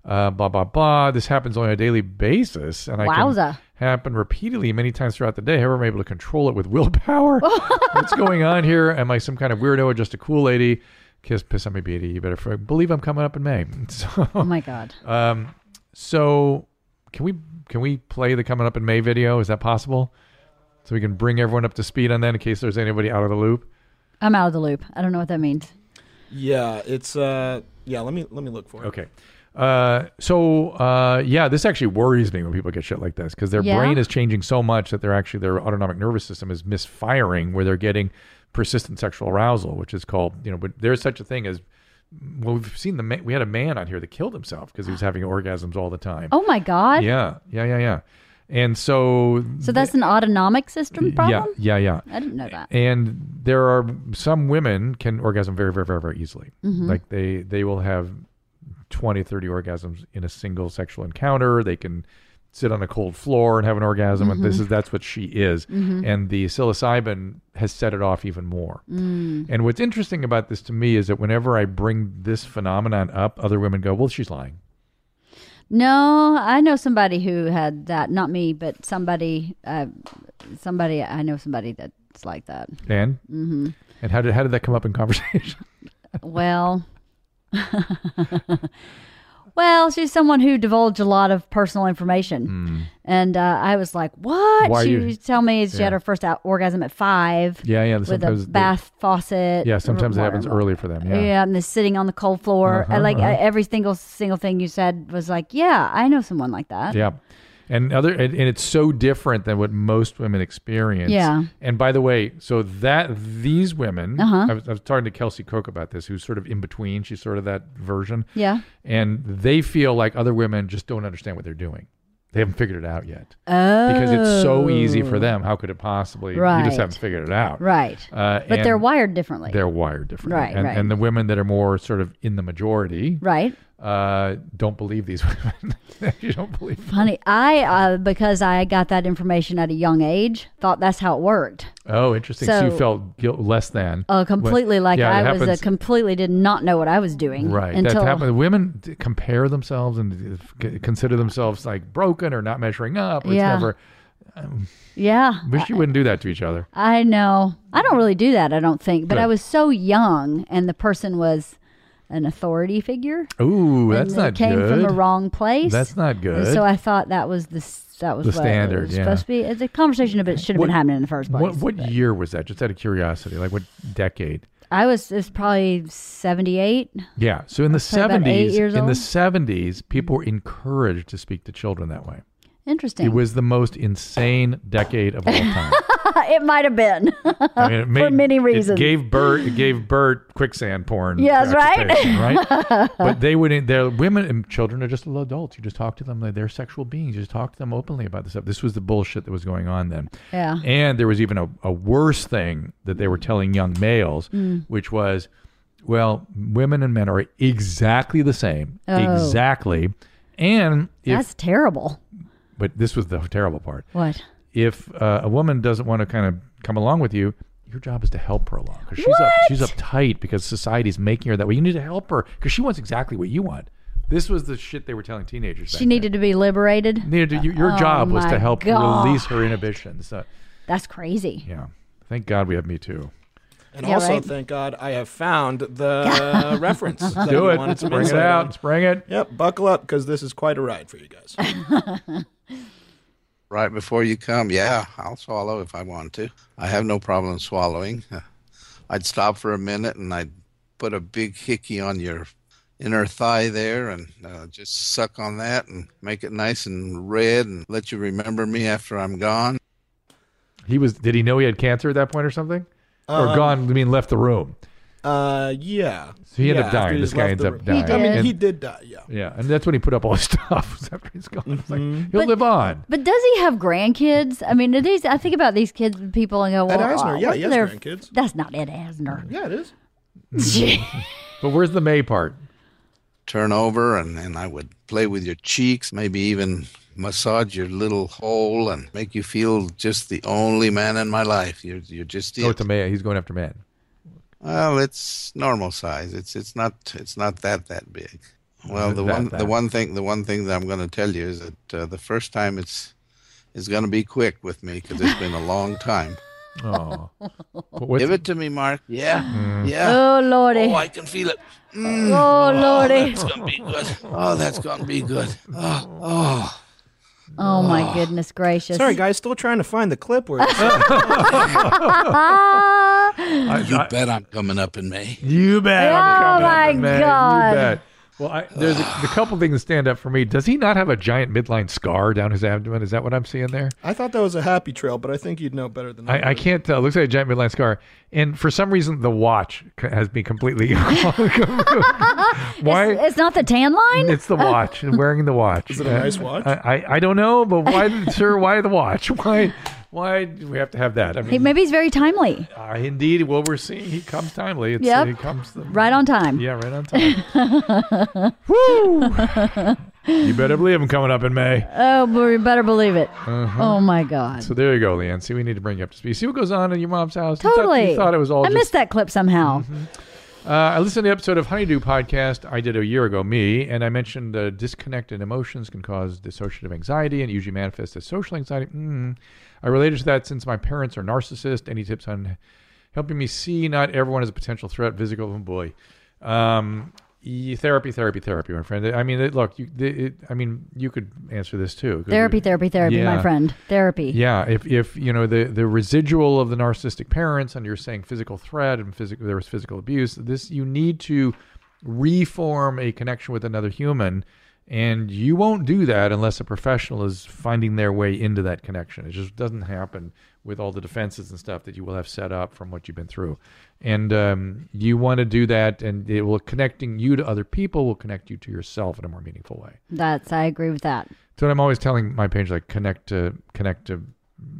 Speaker 4: Uh, blah, blah, blah. This happens on a daily basis. And I
Speaker 3: Wowza.
Speaker 4: can happen repeatedly many times throughout the day. However, I'm able to control it with willpower. What's going on here? Am I some kind of weirdo or just a cool lady? Kiss, piss on me, beauty. You better f- believe I'm coming up in May. So,
Speaker 3: Oh my God.
Speaker 4: um, so can we can we play the coming up in May video? Is that possible? So we can bring everyone up to speed on that in case there's anybody out of the loop.
Speaker 3: I'm out of the loop. I don't know what that means.
Speaker 5: Yeah, it's uh, yeah. Let me let me look for it.
Speaker 4: Okay. Uh, so uh, yeah, this actually worries me when people get shit like this because their
Speaker 5: Yeah?
Speaker 4: brain is changing so much that they're actually their autonomic nervous system is misfiring where they're getting persistent sexual arousal, which is called you know. But there's such a thing as well, we've seen the ma- we had a man on here that killed himself because he was having orgasms all the time.
Speaker 3: Oh my God.
Speaker 4: Yeah, yeah, yeah, yeah. And so
Speaker 3: So that's an autonomic system problem.
Speaker 4: yeah, yeah, yeah.
Speaker 3: I didn't know that.
Speaker 4: And there are some women can orgasm very, very, very, very easily.
Speaker 3: Mhm.
Speaker 4: Like they they will have 20, 30 orgasms in a single sexual encounter. They can sit on a cold floor and have an orgasm, and this
Speaker 3: Mm-hmm.
Speaker 6: Mhm.
Speaker 4: is that's what she is.
Speaker 6: Mhm.
Speaker 4: And the psilocybin has set it off even more.
Speaker 6: Mm.
Speaker 4: And what's interesting about this to me is that whenever I bring this phenomenon up, other women go, "Well, she's lying."
Speaker 3: No, I know somebody who had that. Not me, but somebody. Uh, somebody I know somebody that's like that.
Speaker 4: And
Speaker 3: hmm
Speaker 4: and how did how did that come up in conversation?
Speaker 3: Well, well, she's someone who divulged a lot of personal information, and uh, I was like, "What?"
Speaker 4: Hmm. Why
Speaker 3: she
Speaker 4: you-
Speaker 3: was tell me she
Speaker 4: Yeah.
Speaker 3: had her first out- orgasm at five.
Speaker 4: Yeah, yeah,
Speaker 3: With
Speaker 4: sometimes
Speaker 3: a
Speaker 4: they-
Speaker 3: bath faucet.
Speaker 4: yeah, sometimes it
Speaker 3: Or-
Speaker 4: happens early for them.
Speaker 3: Yeah. and they're sitting on the cold floor.
Speaker 4: Uh-huh,
Speaker 3: I like
Speaker 4: uh-huh.
Speaker 3: I, every single single thing you said was like, "Yeah, I know someone like that."
Speaker 4: Yeah. And other and, and it's so different than what most women experience.
Speaker 3: Yeah.
Speaker 4: And by the way, so that these women,
Speaker 3: Uh-huh.
Speaker 4: I, was, I was talking to Kelsey Cook about this, who's sort of in between. She's sort of that version.
Speaker 3: Yeah.
Speaker 4: And they feel like other women just don't understand what they're doing. They haven't figured it out yet. Because it's so easy for
Speaker 3: Oh.
Speaker 4: them. How could it possibly? You
Speaker 3: Right.
Speaker 4: just haven't figured it out.
Speaker 3: Right.
Speaker 4: Uh,
Speaker 3: But they're
Speaker 4: and
Speaker 3: wired differently.
Speaker 4: They're wired differently.
Speaker 3: Right,
Speaker 4: And,
Speaker 3: right.
Speaker 4: and the women that are more sort of in the majority,
Speaker 3: Right.
Speaker 4: uh, don't believe these women. you don't believe
Speaker 3: Honey, I uh, because I got that information at a young age, thought that's how it worked.
Speaker 4: Oh, interesting. So, you
Speaker 3: So-
Speaker 4: felt guilt less than.
Speaker 3: Uh, completely
Speaker 4: When-
Speaker 3: like
Speaker 4: Yeah, it
Speaker 3: I was a
Speaker 4: happens-
Speaker 3: completely did not know what I was doing.
Speaker 4: Right.
Speaker 3: Until
Speaker 4: that happens. Women d- compare themselves and d- consider themselves like broken or not measuring up. It's
Speaker 3: Yeah.
Speaker 4: never. Um,
Speaker 3: yeah.
Speaker 4: wish you wouldn't do that to each other.
Speaker 3: I know. I don't really do that, I don't think, but
Speaker 4: Good.
Speaker 3: I was so young and the person was an authority figure.
Speaker 4: Ooh,
Speaker 3: And
Speaker 4: that's
Speaker 3: it
Speaker 4: not
Speaker 3: came
Speaker 4: good.
Speaker 3: from the wrong place.
Speaker 4: That's not
Speaker 3: And
Speaker 4: good.
Speaker 3: so I thought that was the s- that was
Speaker 4: The
Speaker 3: what it
Speaker 4: standard,
Speaker 3: was
Speaker 4: yeah.
Speaker 3: supposed to be. It's a conversation of it should have been happening in the first place.
Speaker 4: What, what year was that? Just out of curiosity, like what decade?
Speaker 3: I was it's probably seventy eight.
Speaker 4: Yeah. So in the
Speaker 3: probably about eight
Speaker 4: seventies,
Speaker 3: years
Speaker 4: in the
Speaker 3: old. Mm-hmm.
Speaker 4: seventies, people were encouraged to speak to children that way.
Speaker 3: Interesting.
Speaker 4: It was the most insane decade of all time.
Speaker 3: it might have been
Speaker 4: I mean, it made,
Speaker 3: Uh, for many reasons.
Speaker 4: It gave Bert. It gave Bert quicksand porn.
Speaker 3: Yes, right?
Speaker 4: reputation, right. but they wouldn't. Their women and children are just little adults. You just talk to them. They're, they're sexual beings. You just talk to them openly about this stuff. This was the bullshit that was going on then.
Speaker 13: Yeah.
Speaker 4: And there was even a, a worse thing that they were telling young males,
Speaker 13: Mm.
Speaker 4: which was, well, women and men are exactly the same.
Speaker 3: Oh.
Speaker 4: Exactly. And if,
Speaker 3: That's terrible.
Speaker 4: but this was the terrible part.
Speaker 3: What?
Speaker 4: If uh, a woman doesn't want to kind of come along with you, your job is to help her along because she's up, she's uptight because society's making her that way. You need to help her because she wants exactly what you want. This was the shit they were telling teenagers.
Speaker 3: She
Speaker 4: back
Speaker 3: needed to be liberated.
Speaker 4: then. Needed to- your- your
Speaker 3: Oh
Speaker 4: job was
Speaker 3: my
Speaker 4: to help
Speaker 3: God.
Speaker 4: release her inhibitions. Uh,
Speaker 3: That's crazy.
Speaker 4: yeah, thank God we have Me Too.
Speaker 5: And
Speaker 3: Yeah,
Speaker 5: also,
Speaker 3: right.
Speaker 5: thank God, I have found the reference.
Speaker 4: Let's
Speaker 5: that
Speaker 4: do
Speaker 5: you
Speaker 4: it.
Speaker 5: wanted
Speaker 4: Let's
Speaker 5: some
Speaker 4: bring it
Speaker 5: insight
Speaker 4: out.
Speaker 5: on.
Speaker 4: Let's bring it.
Speaker 5: Yep, buckle up because this is quite a ride for you guys.
Speaker 14: right before you come. Yeah, I'll swallow if I want to. I have no problem swallowing. Uh, I'd stop for a minute and I'd put a big hickey on your inner thigh there and uh, just suck on that and make it nice and red and let you remember me after I'm gone.
Speaker 4: He was. Did he know he had cancer at that point or something? or
Speaker 5: Um,
Speaker 4: gone? I mean, left the room.
Speaker 5: Uh, yeah.
Speaker 4: So he ended
Speaker 5: Yeah,
Speaker 4: up
Speaker 5: after he
Speaker 4: dying. This
Speaker 5: just
Speaker 4: guy
Speaker 5: left
Speaker 4: ends
Speaker 5: the
Speaker 4: up
Speaker 5: room.
Speaker 4: dying.
Speaker 5: I mean,
Speaker 4: And-
Speaker 5: he did die. Yeah.
Speaker 4: Yeah, and that's when he put up all his stuff was after he's gone. It's like,
Speaker 5: Mm-hmm.
Speaker 4: he'll live on.
Speaker 3: But does he have grandkids? I mean, are these I think about these kids and people and go,
Speaker 5: Ed
Speaker 3: well,
Speaker 5: Asner,
Speaker 3: uh,
Speaker 5: yeah,
Speaker 3: what's
Speaker 5: he has
Speaker 3: their-
Speaker 5: grandkids.
Speaker 3: That's not Ed Asner.
Speaker 5: Yeah, it is.
Speaker 4: but where's the May part?
Speaker 14: Turn over and, and I would play with your cheeks, maybe even massage your little hole and make you feel just the only man in my life. You're, you're just
Speaker 4: Oh,
Speaker 14: it.
Speaker 4: it's a man. He's going after man.
Speaker 14: Well, it's normal size. It's it's not it's not that that big. Well,
Speaker 4: Not
Speaker 14: the
Speaker 4: that
Speaker 14: one the
Speaker 4: bad.
Speaker 14: one thing the one thing that I'm going to tell you is that uh, the first time it's is going to be quick with me because it's been a long time.
Speaker 4: Oh,
Speaker 14: give it to me, Mark. Yeah,
Speaker 4: Mm.
Speaker 14: yeah.
Speaker 3: Oh lordy.
Speaker 14: Oh, I can feel it. Mm.
Speaker 3: Oh lordy.
Speaker 14: that's gonna be good. Oh, that's gonna be good. Oh, oh.
Speaker 3: Oh my goodness gracious.
Speaker 5: Sorry, guys, still trying to find the clip where. It's,
Speaker 3: Ah,
Speaker 14: you bet I'm coming up in May.
Speaker 4: You bet.
Speaker 3: Oh, my God.
Speaker 4: You bet. Well, I, there's a, the couple things that stand up for me. Does he not have a giant midline scar down his abdomen? Is that what I'm seeing there?
Speaker 5: I thought that was a happy trail, but I think you'd know better than
Speaker 4: I, I can't tell. It looks like a giant midline scar. And for some reason, the watch c- has me completely. why?
Speaker 3: It's not the tan line?
Speaker 4: It's the watch. Wearing the watch.
Speaker 5: Is it a
Speaker 4: Uh,
Speaker 5: nice watch?
Speaker 4: I, I, I don't know, but why, sir? Why the watch? Why? Why do we have to have that? I
Speaker 3: Hey,
Speaker 4: mean,
Speaker 3: maybe he's very timely.
Speaker 4: uh, indeed. Well, we're seeing he comes timely. It's,
Speaker 3: Yep.
Speaker 4: He comes. The,
Speaker 3: Right on time.
Speaker 4: yeah, right on time. You better believe him coming up in May.
Speaker 3: oh, but we better believe it.
Speaker 4: Uh-huh.
Speaker 3: Oh my God.
Speaker 4: So there you go, Leanne. See, we need to bring you up to speed. See what goes on in your mom's house. You thought-
Speaker 3: Totally.
Speaker 4: You thought, it was all
Speaker 3: I
Speaker 4: just
Speaker 3: missed that clip somehow.
Speaker 4: Uh, I listened to the episode of Honeydew podcast I did a year ago, me, and I mentioned uh, disconnected emotions can cause dissociative anxiety and usually manifest as social anxiety. Mm. I related to that since my parents are narcissists. Any tips on helping me see not everyone is a potential threat? Physical oh boy, um, e- therapy, therapy, therapy, my friend. I mean, it- look, you, the- it, I mean, you could answer this too.
Speaker 3: Therapy, therapy, therapy, my
Speaker 4: Yeah.
Speaker 3: friend. Therapy.
Speaker 4: Yeah, if if you know the the residual of the narcissistic parents, and you're saying physical threat and physical there was physical abuse. This you need to reform a connection with another human, and you won't do that unless a professional is finding their way into that connection. It just doesn't happen with all the defenses and stuff that you will have set up from what you've been through, and um, you want to do that, and it will connecting you to other people will connect you to yourself in a more meaningful way.
Speaker 3: That's I agree with that.
Speaker 4: So what I'm always telling my page like connect to connect to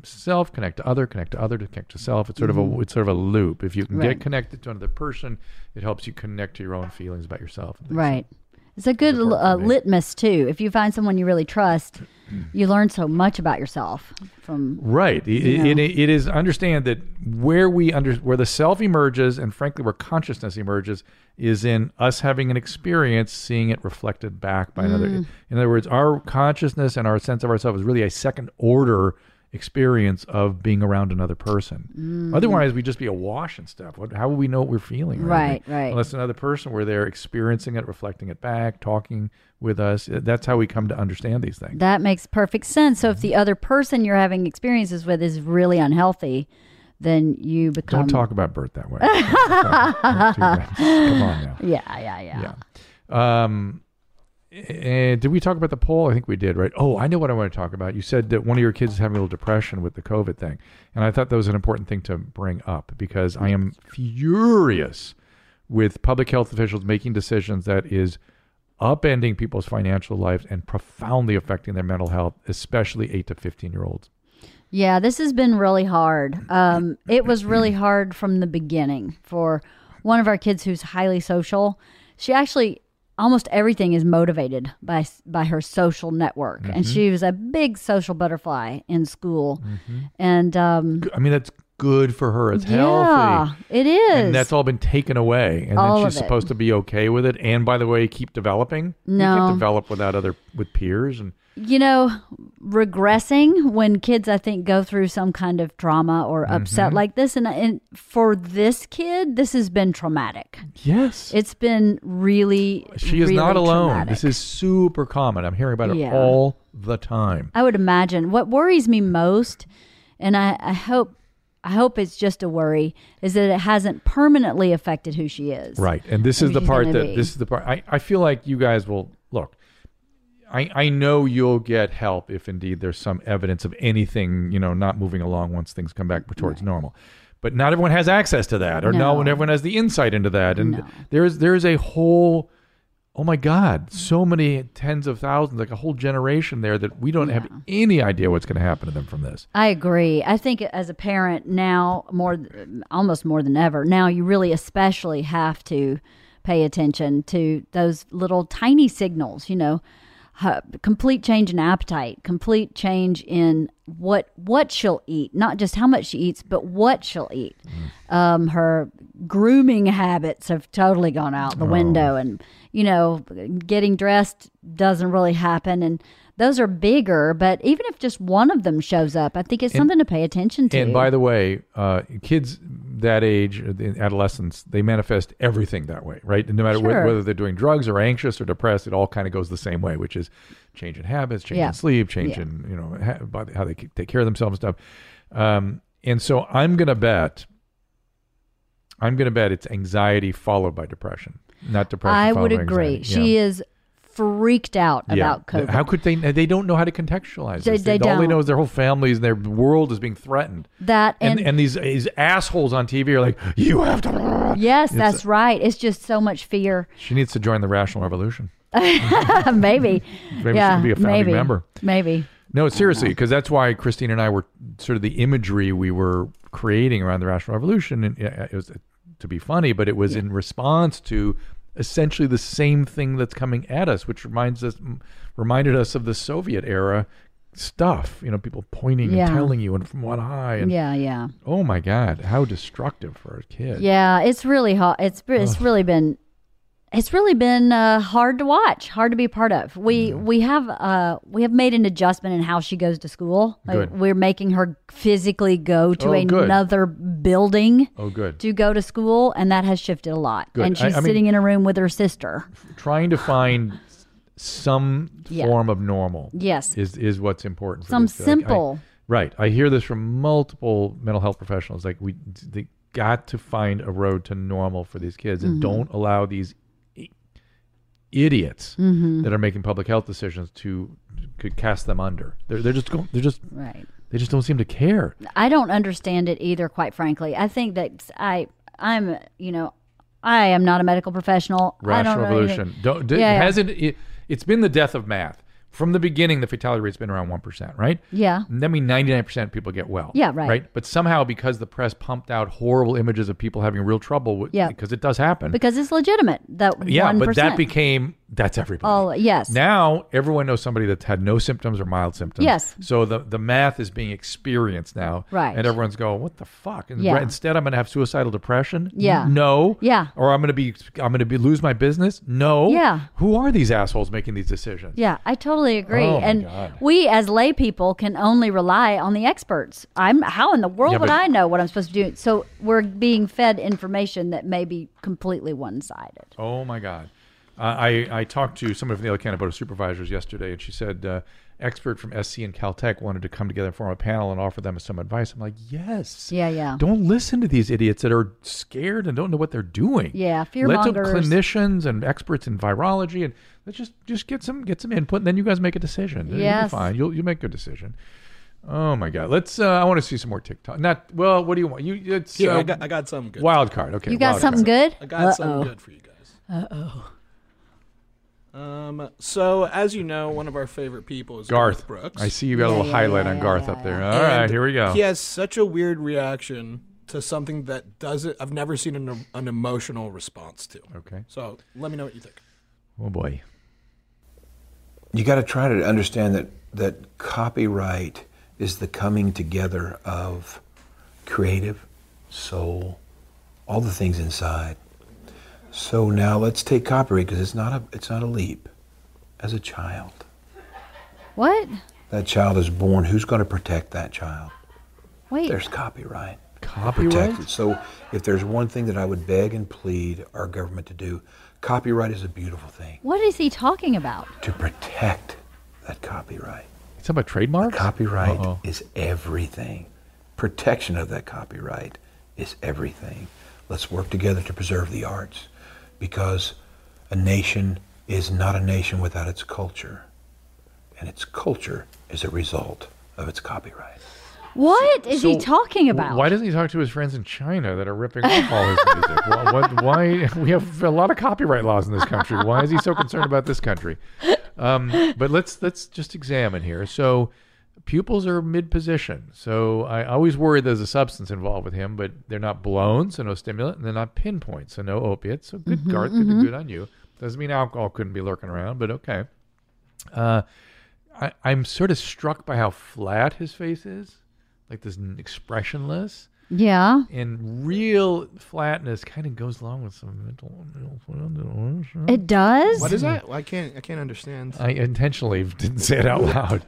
Speaker 4: self, connect to other, connect to other, to connect to self. It's sort of a
Speaker 13: Mhm.
Speaker 4: it's sort of a loop. If you can
Speaker 3: Mm-hmm. Right.
Speaker 4: get connected to another person, it helps you connect to your own feelings about yourself.
Speaker 3: Right. It's a good uh, litmus too. If you find someone you really trust, you learn so much about yourself from
Speaker 4: Right. It,
Speaker 3: You
Speaker 4: it, it is understand that where we under where the self emerges and frankly where consciousness emerges is in us having an experience, seeing it reflected back by another.
Speaker 13: Mm.
Speaker 4: In other words, our consciousness and our sense of ourselves is really a second order experience of being around another person.
Speaker 3: Mm.
Speaker 4: Otherwise, we'd just be awash in stuff. What, how would we know what we're feeling?
Speaker 3: Right, right.
Speaker 4: Unless another person were there experiencing it, reflecting it back, talking with us. That's how we come to understand these things.
Speaker 3: That makes perfect sense. So if the other person you're having experiences with is really unhealthy, then you become.
Speaker 4: Don't talk about birth that way.
Speaker 3: Come
Speaker 4: on now.
Speaker 3: Yeah, yeah, yeah.
Speaker 4: Um, eh, did we talk about the poll? I think we did, right? Oh, I know what I want to talk about. You said that one of your kids is having a little depression with the COVID thing, and I thought that was an important thing to bring up because I am furious with public health officials making decisions that is upending people's financial lives and profoundly affecting their mental health, especially eight to fifteen year olds.
Speaker 3: Yeah, this has been really hard. Um, it was really hard from the beginning for one of our kids who's highly social. She actually almost everything is motivated by by her social network, and
Speaker 4: Mhm.
Speaker 3: she was a big social butterfly in school.
Speaker 4: Mhm.
Speaker 3: And um,
Speaker 4: I mean, that's good for her. It's
Speaker 3: yeah,
Speaker 4: healthy.
Speaker 3: it is.
Speaker 4: And that's all been taken away. And
Speaker 3: All
Speaker 4: then
Speaker 3: of
Speaker 4: she's
Speaker 3: it.
Speaker 4: supposed to be okay with it. And by the way, keep developing. You
Speaker 3: No.
Speaker 4: can't develop without other with peers and
Speaker 3: you know, regressing when kids, I think, go through some kind of trauma or upset
Speaker 4: Mhm.
Speaker 3: like this. And, and for this kid, this has been traumatic.
Speaker 4: Yes.
Speaker 3: It's been really.
Speaker 4: she is
Speaker 3: really
Speaker 4: not alone.
Speaker 3: traumatic.
Speaker 4: This is super common. I'm hearing about it
Speaker 3: Yeah.
Speaker 4: all the time.
Speaker 3: I would imagine. What worries me most, and I, I hope. I hope it's just a worry, is that it hasn't permanently affected who she is.
Speaker 4: Right. And this
Speaker 3: and
Speaker 4: is the
Speaker 3: who she's
Speaker 4: part
Speaker 3: gonna
Speaker 4: that
Speaker 3: be.
Speaker 4: this is the part I, I feel like you guys will look. I, I know you'll get help if indeed there's some evidence of anything, you know, not moving along once things come back towards normal. But not everyone has access to that, or
Speaker 6: No.
Speaker 4: not everyone has the insight into that. And there's there's a whole oh my God, so many tens of thousands, like a whole generation there that we don't have any idea what's gonna happen to them from this.
Speaker 3: I agree. I think as a parent now, more almost more than ever, now you really especially have to pay attention to those little tiny signals. You know, H- complete change in appetite, complete change in what what she'll eat, not just how much she eats, but what she'll eat. Um, her grooming habits have totally gone out the
Speaker 4: Oh.
Speaker 3: window, and you know, getting dressed doesn't really happen, and those are bigger, but even if just one of them shows up, I think it's
Speaker 4: And-
Speaker 3: something to pay attention to.
Speaker 4: And by the way, uh, kids that age, uh, the adolescents, they manifest everything that way, right? And no matter wh-
Speaker 3: Sure.
Speaker 4: whether they're doing drugs or anxious or depressed, it all kind of goes the same way, which is change in habits, change
Speaker 6: Yeah.
Speaker 4: in sleep, change
Speaker 6: Yeah.
Speaker 4: in you know ha- by the- how they c- take care of themselves and stuff. Um, and so I'm gonna bet, I'm gonna bet it's anxiety followed by depression, not depression.
Speaker 3: I
Speaker 4: followed
Speaker 3: would
Speaker 4: by
Speaker 3: agree.
Speaker 4: anxiety.
Speaker 3: She is freaked out
Speaker 4: Yeah.
Speaker 3: about
Speaker 4: Yeah.
Speaker 3: COVID.
Speaker 4: How could they? They don't know how to contextualize.
Speaker 3: They-
Speaker 4: this.
Speaker 3: they
Speaker 4: All they know
Speaker 3: don't.
Speaker 4: is their whole families and their world is being threatened.
Speaker 3: that
Speaker 4: and,
Speaker 3: and,
Speaker 4: and these these assholes on TV are like, you have to.
Speaker 3: yes,
Speaker 4: It's-
Speaker 3: that's right. It's just so much fear.
Speaker 4: She needs to join the Rational Revolution.
Speaker 3: maybe.
Speaker 4: Maybe she
Speaker 3: yeah,
Speaker 4: could be a founding
Speaker 3: maybe.
Speaker 4: member.
Speaker 3: Maybe.
Speaker 4: No, seriously, because that's why Christine and I were sort of the imagery we were creating around the Rational Revolution. And uh, it was to be funny, but it was in response to essentially the same thing that's coming at us, which reminds us, m- reminded us of the Soviet era stuff. You know, people pointing
Speaker 3: Yeah.
Speaker 4: and telling you, and from one eye, and
Speaker 3: Yeah, yeah.
Speaker 4: Oh my God, how destructive for a kid.
Speaker 3: Yeah, it's really hot. It's it's
Speaker 4: Ugh.
Speaker 3: really been it's really been uh, hard to watch, hard to be part of. We we have uh we have made an adjustment in how she goes to school. Like,
Speaker 4: Good.
Speaker 3: we're making her physically go to
Speaker 4: Oh, good.
Speaker 3: another building
Speaker 4: Oh, good.
Speaker 3: to go to school, and that has shifted a lot.
Speaker 4: Good.
Speaker 3: And
Speaker 4: I-
Speaker 3: she's
Speaker 4: I mean-
Speaker 3: sitting in a room with her sister.
Speaker 4: trying to find some
Speaker 3: Yeah.
Speaker 4: form of normal.
Speaker 3: Yes.
Speaker 4: is is what's important. For
Speaker 3: Some
Speaker 4: this. Like, I-
Speaker 3: simple.
Speaker 4: right. I hear this from multiple mental health professionals. Like we, they got to find a road to normal for these kids, and
Speaker 3: Mm-hmm.
Speaker 6: Mhm.
Speaker 4: don't allow these i- idiots
Speaker 3: Mm-hmm.
Speaker 6: Mhm.
Speaker 4: that are making public health decisions to could cast them under. They're they're just going. They're just
Speaker 3: Right.
Speaker 4: They just don't seem to care.
Speaker 3: I don't understand it either, quite frankly. I think that I I'm you know I am not a medical professional. I don't
Speaker 4: Rational
Speaker 3: know
Speaker 4: Revolution.
Speaker 3: anything.
Speaker 4: Don't, d-
Speaker 3: Yeah, yeah.
Speaker 4: hasn't it, it's been the death of math from the beginning. The fatality rate's been around one percent, right?
Speaker 3: Yeah.
Speaker 4: And that means ninety nine percent of people get well.
Speaker 3: Yeah, right.
Speaker 4: Right. But somehow, because the press pumped out horrible images of people having real trouble, with,
Speaker 3: Yeah.
Speaker 4: because it does happen.
Speaker 3: because it's legitimate. That
Speaker 4: yeah, but that
Speaker 3: 1%.
Speaker 4: became That's everybody.
Speaker 3: All yes.
Speaker 4: Now everyone knows somebody that's had no symptoms or mild symptoms.
Speaker 3: Yes.
Speaker 4: So the, the math is being experienced now.
Speaker 3: Right.
Speaker 4: And everyone's going, what the fuck? And
Speaker 3: Yeah.
Speaker 4: right- instead, I'm going to have suicidal depression.
Speaker 3: Yeah.
Speaker 4: No.
Speaker 3: Yeah.
Speaker 4: Or I'm going to be I'm going to be lose my business. No.
Speaker 3: Yeah.
Speaker 4: Who are these assholes making these decisions?
Speaker 3: Yeah, I totally agree.
Speaker 4: Oh, my
Speaker 3: and
Speaker 4: God.
Speaker 3: we as lay people can only rely on the experts. I'm how in the world
Speaker 4: Yeah,
Speaker 3: would
Speaker 4: but-
Speaker 3: I know what I'm supposed to do? So we're being fed information that may be completely one-sided.
Speaker 4: Oh my God. I, I I talked to somebody from the Alabama County Board of Supervisors yesterday, and she said uh, expert from SC and Caltech wanted to come together and form a panel and offer them some advice. I'm like, yes.
Speaker 3: Yeah, yeah.
Speaker 4: Don't listen to these idiots that are scared and don't know what they're doing.
Speaker 3: Yeah, fear
Speaker 4: Let's have
Speaker 3: mongers.
Speaker 4: clinicians and experts in virology, and let's just just get some get some input, and then you guys make a decision. You'll be
Speaker 3: Yes.
Speaker 4: fine. You'll you make a decision. Oh my God! Let's. Uh, I want to see some more TikTok. Not well. What do you want? You. It's,
Speaker 5: Here,
Speaker 4: uh,
Speaker 5: I got- I got something good.
Speaker 4: Wild card. Okay.
Speaker 3: You got
Speaker 4: wild
Speaker 3: something
Speaker 4: card.
Speaker 3: good?
Speaker 5: I got something good for you guys.
Speaker 3: Uh oh.
Speaker 5: Um, so as you know, one of our favorite people is Garth,
Speaker 4: Garth.
Speaker 5: Brooks.
Speaker 4: I see you got a little highlight on Garth up there. All right,
Speaker 5: And
Speaker 4: here we go.
Speaker 5: He has such a weird reaction to something that doesn't. I've never seen an, an emotional response to.
Speaker 4: Okay.
Speaker 5: So let me know what you think.
Speaker 4: Oh boy.
Speaker 13: You got to try to understand that that copyright is the coming together of creative, soul, all the things inside. So now let's take copyright because it's not a it's not a leap. As a child,
Speaker 3: What?
Speaker 13: that child is born. Who's going to protect that child?
Speaker 3: Wait.
Speaker 13: There's copyright.
Speaker 4: Copyright?
Speaker 13: Protected. So if there's one thing that I would beg and plead our government to do, copyright is a beautiful thing
Speaker 3: What is he talking about?
Speaker 13: to protect that copyright.
Speaker 4: It's about trademarks?
Speaker 13: Copyright is everything. Protection of that copyright is everything. Let's work together to preserve the arts because a nation is not a nation without its culture. And its culture is a result of its copyright.
Speaker 3: What is he
Speaker 4: So,
Speaker 3: talking
Speaker 4: w-
Speaker 3: about?
Speaker 4: Why doesn't he talk to his friends in China that are ripping off all his music? well, what, why we have a lot of copyright laws in this country? Why is he so concerned about this country? Um, but let's let's just examine here. So pupils are mid position. So I always worry there's a substance involved with him, but they're not blown, so no stimulant, and they're not pinpoints, so no opiates. So good,
Speaker 3: Mm-hmm,
Speaker 15: Mhm,
Speaker 4: Garth,
Speaker 15: mhm.
Speaker 4: good, good on you. Doesn't mean alcohol couldn't be lurking around, but okay. Uh, I, I'm sort of struck by how flat his face is, like this n- expressionless.
Speaker 3: Yeah.
Speaker 4: And real flatness kind of goes along with some mental. mental
Speaker 3: It does?
Speaker 5: What is that? Well, I can't. I can't understand.
Speaker 4: I intentionally didn't say it out loud.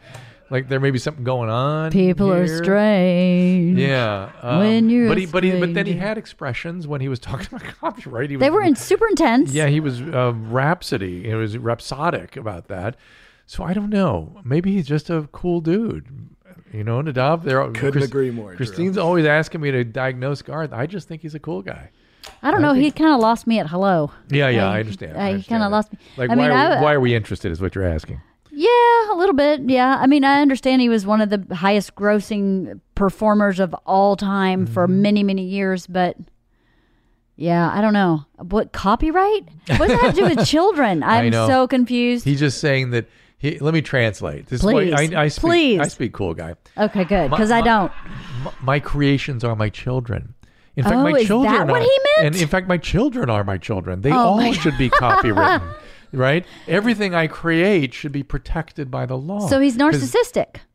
Speaker 4: Like there may be something going on.
Speaker 3: People are
Speaker 4: here.
Speaker 3: strange.
Speaker 4: Yeah. um,
Speaker 3: when you're
Speaker 4: but he, but he, but then he
Speaker 3: strange.
Speaker 4: had expressions when he was talking about copyright. He
Speaker 3: They
Speaker 4: was-
Speaker 3: were in super intense.
Speaker 4: Yeah, he was uh, rhapsody. It was rhapsodic about that. So I don't know. Maybe he's just a cool dude. You know, Nadav. There
Speaker 5: Couldn't agree more, Drew.
Speaker 4: Christine's always asking me to diagnose Garth. I just think he's a cool guy.
Speaker 3: I don't
Speaker 4: I
Speaker 3: know. He kind of lost me at hello.
Speaker 4: Yeah, yeah,
Speaker 3: Like,
Speaker 4: I understand. I
Speaker 3: uh, He kind of lost me.
Speaker 4: Like,
Speaker 3: I mean,
Speaker 4: why, are
Speaker 3: I,
Speaker 4: we- why are we interested? Is what you're asking.
Speaker 3: Yeah, a little bit. Yeah. I mean, I understand he was one of the highest grossing performers of all time for
Speaker 4: Mm-hmm.
Speaker 3: many, many years, but yeah, I don't know. What copyright? What does that have to do with children?
Speaker 4: I
Speaker 3: I'm
Speaker 4: know.
Speaker 3: so confused.
Speaker 4: He's just saying that. He, let me translate. This Is
Speaker 3: Please.
Speaker 4: why I, I speak,
Speaker 3: Please.
Speaker 4: I speak cool guy.
Speaker 3: Okay, good.
Speaker 4: My-
Speaker 3: Because I
Speaker 4: my-
Speaker 3: don't.
Speaker 4: M- my creations are my children. In fact,
Speaker 3: Oh,
Speaker 4: my
Speaker 3: is that
Speaker 4: children
Speaker 3: what
Speaker 4: are,
Speaker 3: he
Speaker 4: And in fact, my children are my children. They
Speaker 3: Oh, my
Speaker 4: all should be
Speaker 3: God.
Speaker 4: copywritten, right? Everything I create should be protected by the law.
Speaker 3: So he's
Speaker 4: 'Cause-
Speaker 3: narcissistic.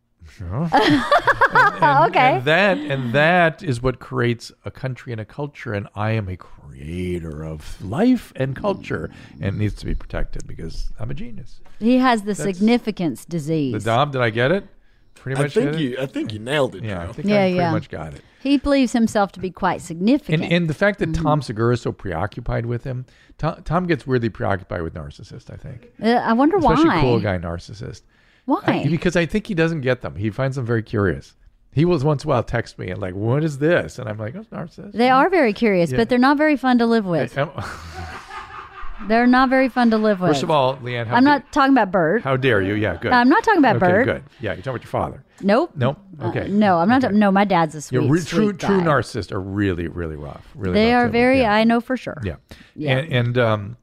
Speaker 4: Yeah.
Speaker 3: okay.
Speaker 4: Oh. And that and that is what creates a country and a culture. And I am a creator of life and culture, and it needs to be protected because I'm a genius.
Speaker 3: he has the
Speaker 4: That's-
Speaker 3: significance disease.
Speaker 4: The Dom, did I get it? Pretty
Speaker 5: I
Speaker 4: much.
Speaker 5: think
Speaker 4: did it?
Speaker 5: you- I think you nailed it,
Speaker 4: Yeah, I
Speaker 5: Joe.
Speaker 4: think
Speaker 3: Yeah,
Speaker 4: I pretty
Speaker 3: yeah.
Speaker 4: much got it.
Speaker 3: he believes himself to be quite significant.
Speaker 4: And, and the fact
Speaker 3: Mm-hmm.
Speaker 4: that Tom Segura is so preoccupied with him, Tom, Tom gets weirdly preoccupied with narcissist. I think,
Speaker 3: Uh, I wonder
Speaker 4: especially
Speaker 3: why.
Speaker 4: cool guy narcissist.
Speaker 3: Why?
Speaker 4: I- because I think he doesn't get them. He finds them very curious. He was once in a while text me and like, "What is this?" And I'm like, "Oh, it's narcissist."
Speaker 3: They are very curious,
Speaker 4: Yeah.
Speaker 3: but they're not very fun to live with.
Speaker 4: I'm-
Speaker 3: They're not very fun to live with.
Speaker 4: First of all, Leanne, how
Speaker 3: I'm
Speaker 4: da-
Speaker 3: not talking about Bird.
Speaker 4: How dare you? Yeah, good.
Speaker 3: I'm not talking about
Speaker 4: okay,
Speaker 3: Bert.
Speaker 4: Good. Yeah, you're talking about your father.
Speaker 3: Nope.
Speaker 4: Nope.
Speaker 3: Uh,
Speaker 4: Okay.
Speaker 3: no, I'm not. ta- No, my dad's a sweet,
Speaker 4: Yeah, re-
Speaker 3: sweet
Speaker 4: true, true
Speaker 3: guy.
Speaker 4: narcissists are really, really rough. Really,
Speaker 3: they
Speaker 4: rough
Speaker 3: are
Speaker 4: to-
Speaker 3: very.
Speaker 4: yeah.
Speaker 3: I know for sure.
Speaker 4: Yeah.
Speaker 3: Yeah.
Speaker 4: And, and um,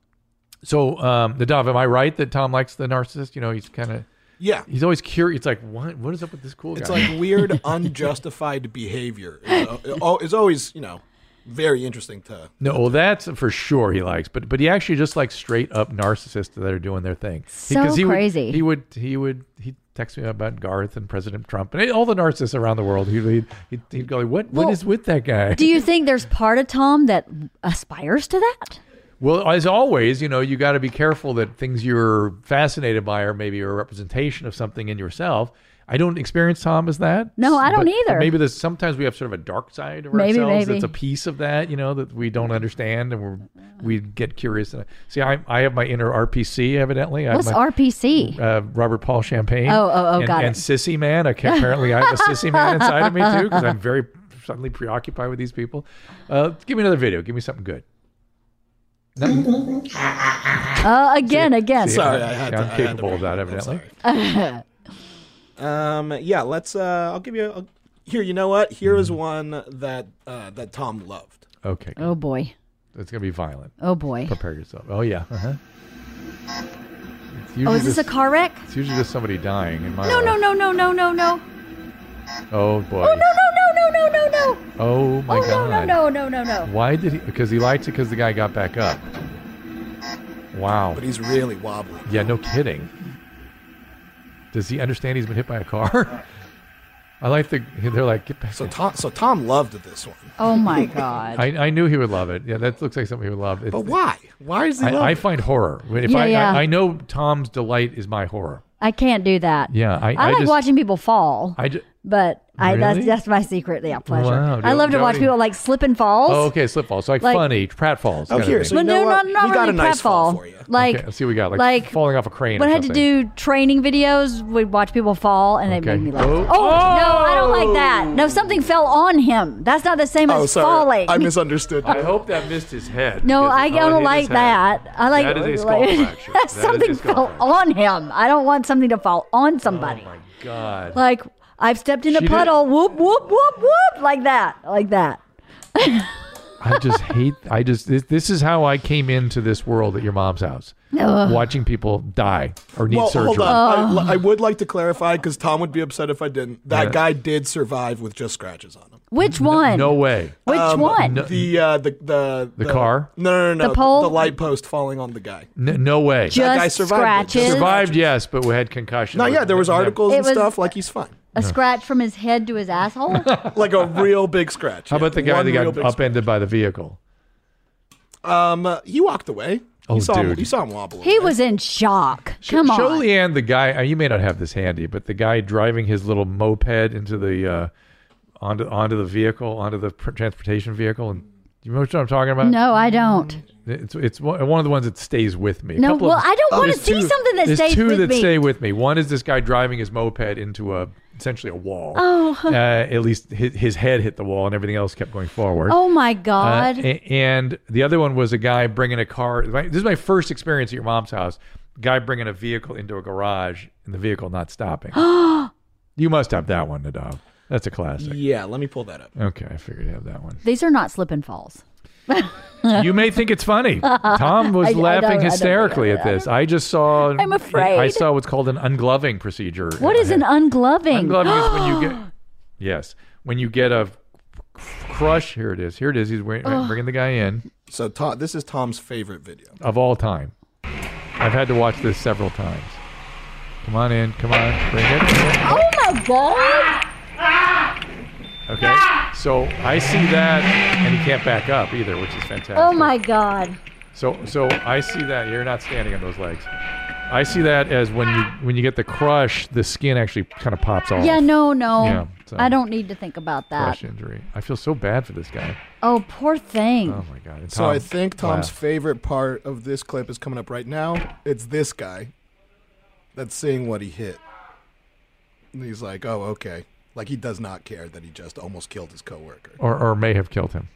Speaker 4: so, um, Nadav, am I right that Tom likes the narcissist? You know, he's kind of.
Speaker 5: Yeah.
Speaker 4: He's always curious. It's like, what, what is up with this cool
Speaker 5: It's
Speaker 4: guy?
Speaker 5: like weird, unjustified behavior. It's, al- it's uh, always, you know, very interesting to.
Speaker 4: No, well, that's for sure he likes, but but he actually just likes straight up narcissists that are doing their thing.
Speaker 3: So
Speaker 4: 'cause he would-
Speaker 3: crazy.
Speaker 4: he would he would he text me about Garth and President Trump and all the narcissists around the world. He'd he'd, he'd, he'd go, what
Speaker 3: Well,
Speaker 4: what is with that guy?
Speaker 3: Do you think there's part of Tom that aspires to that?
Speaker 4: Well, as always, you know, you got to be careful that things you're fascinated by are maybe a representation of something in yourself. I don't experience Tom as that.
Speaker 3: No, I
Speaker 4: but-
Speaker 3: don't
Speaker 4: but
Speaker 3: either.
Speaker 4: maybe there's sometimes we have sort of a dark side of
Speaker 3: Maybe,
Speaker 4: ourselves
Speaker 3: maybe.
Speaker 4: that's a piece of that, you know, that we don't understand and we're, we get curious. And see, I, I have my inner RPC, evidently. I have
Speaker 3: What's
Speaker 4: my-
Speaker 3: RPC?
Speaker 4: uh, Robert Paul Champagne.
Speaker 3: Oh, oh, oh,
Speaker 4: and,
Speaker 3: got it.
Speaker 4: And Sissy Man. I can, apparently, I have a Sissy Man inside of me too because I'm very suddenly preoccupied with these people. Uh, give me another video. Give me something good.
Speaker 3: Uh, again, again.
Speaker 4: See,
Speaker 5: Sorry,
Speaker 4: I'm,
Speaker 5: I had to-
Speaker 4: I'm
Speaker 5: I had to
Speaker 4: capable of that, evidently.
Speaker 5: Um, yeah, let's. Uh, I'll give you. A, here, you know what? Here
Speaker 4: Mm-hmm.
Speaker 5: is one that uh, that Tom loved.
Speaker 4: Okay.
Speaker 3: Oh boy.
Speaker 4: It's gonna be violent.
Speaker 3: Oh, boy.
Speaker 4: Prepare yourself. Oh yeah. Uh-huh. It's
Speaker 3: Oh,
Speaker 4: usually
Speaker 3: is this a
Speaker 4: just-
Speaker 3: car wreck?
Speaker 4: It's usually just somebody dying in my
Speaker 3: No, no,
Speaker 4: life.
Speaker 3: no, no, no, no, no.
Speaker 4: Oh boy.
Speaker 3: Oh no, no, no, no, no, no, no.
Speaker 4: Oh my
Speaker 3: Oh no,
Speaker 4: god.
Speaker 3: no, no, no, no, no.
Speaker 4: Why did he? Because he liked it because the guy got back up. Wow.
Speaker 5: But he's really wobbly.
Speaker 4: Yeah, no kidding. Does he understand he's been hit by a car? I like the. They're like, get back.
Speaker 5: So Tom, so Tom loved this one.
Speaker 3: Oh my god.
Speaker 4: I, I knew he would love it. Yeah, that looks like something he would love. It's-
Speaker 5: But why? Why is he?
Speaker 4: I,
Speaker 5: love
Speaker 4: I
Speaker 5: it?
Speaker 4: find horror. If
Speaker 3: Yeah,
Speaker 4: I,
Speaker 3: yeah.
Speaker 4: I, I know Tom's delight is my horror.
Speaker 3: I can't do that.
Speaker 4: Yeah, I,
Speaker 3: I,
Speaker 4: I,
Speaker 3: like
Speaker 4: just,
Speaker 3: watching people fall,
Speaker 4: I ju-
Speaker 3: but I
Speaker 4: Really?
Speaker 3: that's that's my secret. Yeah, pleasure.
Speaker 4: Wow,
Speaker 3: I
Speaker 4: do-
Speaker 3: love to
Speaker 4: do
Speaker 3: watch
Speaker 4: I-
Speaker 3: people like slip and falls.
Speaker 4: Oh, okay, slip falls. So like,
Speaker 3: Like-
Speaker 4: funny prat falls.
Speaker 5: Oh,
Speaker 4: kinda
Speaker 5: here,
Speaker 4: thing.
Speaker 5: so you know
Speaker 3: no,
Speaker 5: what?
Speaker 3: no, not
Speaker 5: we got
Speaker 3: really
Speaker 5: a nice
Speaker 3: pratfall.
Speaker 5: fall for you.
Speaker 3: Like,
Speaker 4: Okay, let's see what we got. Like,
Speaker 3: like,
Speaker 4: falling off a crane.
Speaker 3: when
Speaker 4: or
Speaker 3: I had to
Speaker 4: something.
Speaker 3: do training videos, we'd watch people fall, and it
Speaker 4: Okay.
Speaker 3: made me laugh.
Speaker 4: Oh.
Speaker 3: Oh, no, I don't like that. No, something fell on him. That's not the same
Speaker 5: Oh,
Speaker 3: as
Speaker 5: sorry,
Speaker 3: falling.
Speaker 5: I misunderstood.
Speaker 4: I hope that missed his head.
Speaker 3: no,
Speaker 4: because
Speaker 3: I
Speaker 4: it probably
Speaker 3: don't
Speaker 4: hit
Speaker 3: like
Speaker 4: his head.
Speaker 3: that. I like
Speaker 4: That is a skull
Speaker 3: like-
Speaker 4: fracture. That is a
Speaker 3: something
Speaker 4: skull Oh
Speaker 3: fell on him. I don't want something to fall on somebody.
Speaker 4: God.
Speaker 3: Like I've stepped in a
Speaker 4: She did-
Speaker 3: puddle. Whoop whoop whoop whoop. Like that. Like that.
Speaker 4: I just hate. I just this, this is how I came into this world at your mom's house,
Speaker 3: Ugh.
Speaker 4: watching people die or need
Speaker 5: well,
Speaker 4: surgery. Oh.
Speaker 5: hold on. I, I would like to clarify because Tom would be upset if I didn't. That
Speaker 4: Yeah.
Speaker 5: guy did survive with just scratches on him.
Speaker 3: Which one?
Speaker 4: No way.
Speaker 3: Which
Speaker 5: Um,
Speaker 3: one?
Speaker 5: The uh, the the
Speaker 4: The car?
Speaker 5: No, no, no, no.
Speaker 3: The pole?
Speaker 5: The light post falling on the guy.
Speaker 4: N- no way.
Speaker 3: Just
Speaker 5: guy survived it.
Speaker 3: scratches.
Speaker 4: Survived, yes, but we had concussion.
Speaker 5: No, yeah, there was articles
Speaker 3: It
Speaker 5: and
Speaker 3: was-
Speaker 5: stuff like he's fine.
Speaker 3: A scratch from his head to his asshole.
Speaker 5: Like a real big scratch.
Speaker 4: How
Speaker 5: Yeah,
Speaker 4: about the guy
Speaker 5: one
Speaker 4: that
Speaker 5: real
Speaker 4: got
Speaker 5: big
Speaker 4: upended by the vehicle?
Speaker 5: scratch. Um, uh, he walked away.
Speaker 4: Oh,
Speaker 5: he saw Him,
Speaker 4: dude.
Speaker 5: he saw him wobble.
Speaker 3: he was in shock. Come
Speaker 4: Show
Speaker 3: on.
Speaker 4: Leanne the guy. uh, You may not have this handy, but the guy driving his little moped into the uh, onto onto the vehicle, onto the pr- transportation vehicle, and you know what I'm talking about?
Speaker 3: No, I don't.
Speaker 4: It's it's one one of the ones that stays with me. A
Speaker 3: No,
Speaker 4: couple
Speaker 3: well,
Speaker 4: of-
Speaker 3: I don't wanna
Speaker 4: there's
Speaker 3: see
Speaker 4: two-
Speaker 3: something that
Speaker 4: there's
Speaker 3: stays
Speaker 4: two
Speaker 3: with
Speaker 4: that
Speaker 3: me.
Speaker 4: stay with me. One is this guy driving his moped into a essentially a wall.
Speaker 3: Oh.
Speaker 4: uh, at least his, his head hit the wall, and everything else kept going forward.
Speaker 3: Oh my
Speaker 4: Uh,
Speaker 3: God.
Speaker 4: a- and the other one was a guy bringing a car. my- This is my first experience at your mom's house. Guy bringing a vehicle into a garage and the vehicle not stopping. you must have that one, Nadav. That's a classic.
Speaker 5: Yeah, let me pull that up.
Speaker 4: Okay, I figured you have that one.
Speaker 3: These are not slip and falls.
Speaker 4: You may think it's funny. Tom was
Speaker 3: I- I don't- I
Speaker 4: laughing
Speaker 3: don't-
Speaker 4: hysterically at this. I just saw.
Speaker 3: I'm afraid.
Speaker 4: I saw what's called an ungloving procedure.
Speaker 3: What is an ungloving?
Speaker 4: Ungloving is when you get. Yes, when you get a crush. Here it is. Here it is. He's wearing,
Speaker 3: Ugh.
Speaker 4: bringing the guy in.
Speaker 5: So Tom, this is Tom's favorite video.
Speaker 4: of all time. I've had to watch this several times. Come on in, come on, bring it.
Speaker 3: oh my God.
Speaker 4: Okay, so I see that, and he can't back up either, which is fantastic.
Speaker 3: Oh my God.
Speaker 4: So, so I see that you're not standing on those legs. I see that as when you when you get the crush, the skin actually kind of pops off.
Speaker 3: Yeah, no, no.
Speaker 4: Yeah, so-
Speaker 3: I don't need to think about that.
Speaker 4: Crush injury. I feel so bad for this guy.
Speaker 3: Oh, poor thing.
Speaker 4: Oh my god. And
Speaker 5: So I
Speaker 4: Tom
Speaker 5: think Tom's
Speaker 4: laughed.
Speaker 5: favorite part of this clip is coming up right now. It's this guy that's seeing what he hit. And he's like, "Oh, okay." Like he does not care that he just almost killed his coworker.
Speaker 4: or or may have killed him.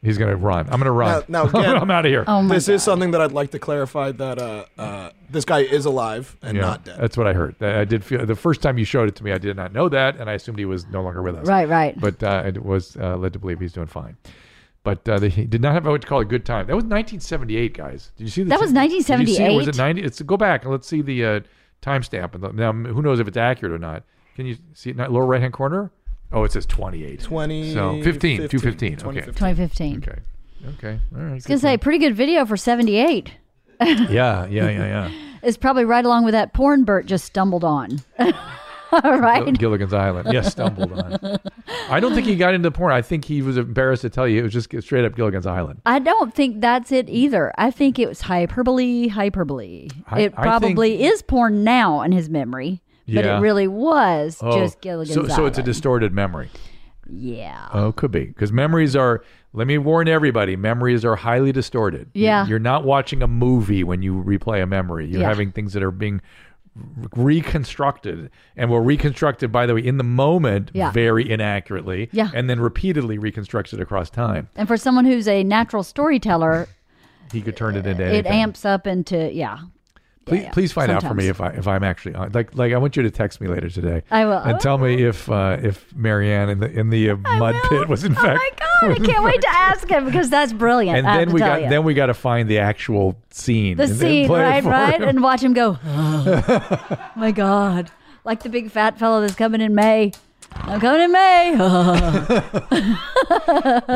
Speaker 4: He's gonna run. I'm gonna run.
Speaker 5: Now, now again,
Speaker 4: I'm out of here.
Speaker 3: Oh
Speaker 5: this is something that I'd like to clarify that uh, uh, this guy is alive and
Speaker 4: Yeah,
Speaker 5: not dead.
Speaker 4: That's what I heard. I I did feel the first time you showed it to me, I did not know that, and I assumed he was no longer with us.
Speaker 3: Right, right.
Speaker 4: But uh, it was uh, led to believe he's doing fine. But uh, they, he did not have what you call a good time. That was 1978, guys. Did you see the
Speaker 3: That was
Speaker 4: did you see it? Was
Speaker 3: 1978?
Speaker 4: it 90? It's go back and let's see um, the uh, timestamp. And the- Now, who knows if it's accurate or not? Can you see it? in that Lower right hand corner. Oh, it says 28.
Speaker 5: 20,
Speaker 4: So 15,
Speaker 5: 15,
Speaker 4: 215. Okay.
Speaker 3: 2015.
Speaker 4: Okay. Okay. All right.
Speaker 3: I was gonna say pretty good video for 78.
Speaker 4: Yeah, yeah, yeah, yeah.
Speaker 3: It's probably right along with that porn Bert just stumbled on. All
Speaker 4: Gill-
Speaker 3: right.
Speaker 4: Gilligan's Island. Yes, stumbled on. I don't think he got into porn. I think he was embarrassed to tell you. It was just straight up Gilligan's Island.
Speaker 3: I don't think that's it either. I think it was hyperbole, hyperbole.
Speaker 4: I-
Speaker 3: it
Speaker 4: I
Speaker 3: probably is porn now in his memory, but
Speaker 4: Yeah.
Speaker 3: it really was
Speaker 4: Oh,
Speaker 3: just Gilligan's
Speaker 4: so, so it's a
Speaker 3: Island.
Speaker 4: distorted memory.
Speaker 3: yeah.
Speaker 4: Oh, could be. Because memories are, let me warn everybody, memories are highly distorted. You-
Speaker 3: Yeah.
Speaker 4: You're not watching a movie when you replay a memory. You're
Speaker 3: Yeah.
Speaker 4: having things that are being re- reconstructed and were reconstructed, by the way, in the moment
Speaker 3: Yeah.
Speaker 4: very inaccurately
Speaker 3: Yeah.
Speaker 4: and then repeatedly reconstructed across time.
Speaker 3: And for someone who's a natural storyteller,
Speaker 4: He could turn it into
Speaker 3: it
Speaker 4: anything.
Speaker 3: amps up into yeah.
Speaker 4: Please, please find out for me
Speaker 3: sometimes.
Speaker 4: if I if I'm actually on. Like like I want you to text me later today.
Speaker 3: I will. Oh.
Speaker 4: And tell me if uh, if Marianne in the in the uh, mud pit was in fact.
Speaker 3: Oh, I can't wait to ask him because that's brilliant.
Speaker 4: And
Speaker 3: I have
Speaker 4: then
Speaker 3: to
Speaker 4: we
Speaker 3: tell
Speaker 4: got
Speaker 3: you.
Speaker 4: then we got to find the actual scene.
Speaker 3: the
Speaker 4: and then
Speaker 3: scene,
Speaker 4: play it
Speaker 3: right,
Speaker 4: for
Speaker 3: right,
Speaker 4: him.
Speaker 3: and watch him go. Oh, my God, like the big fat fellow that's coming in May. I'm coming in May.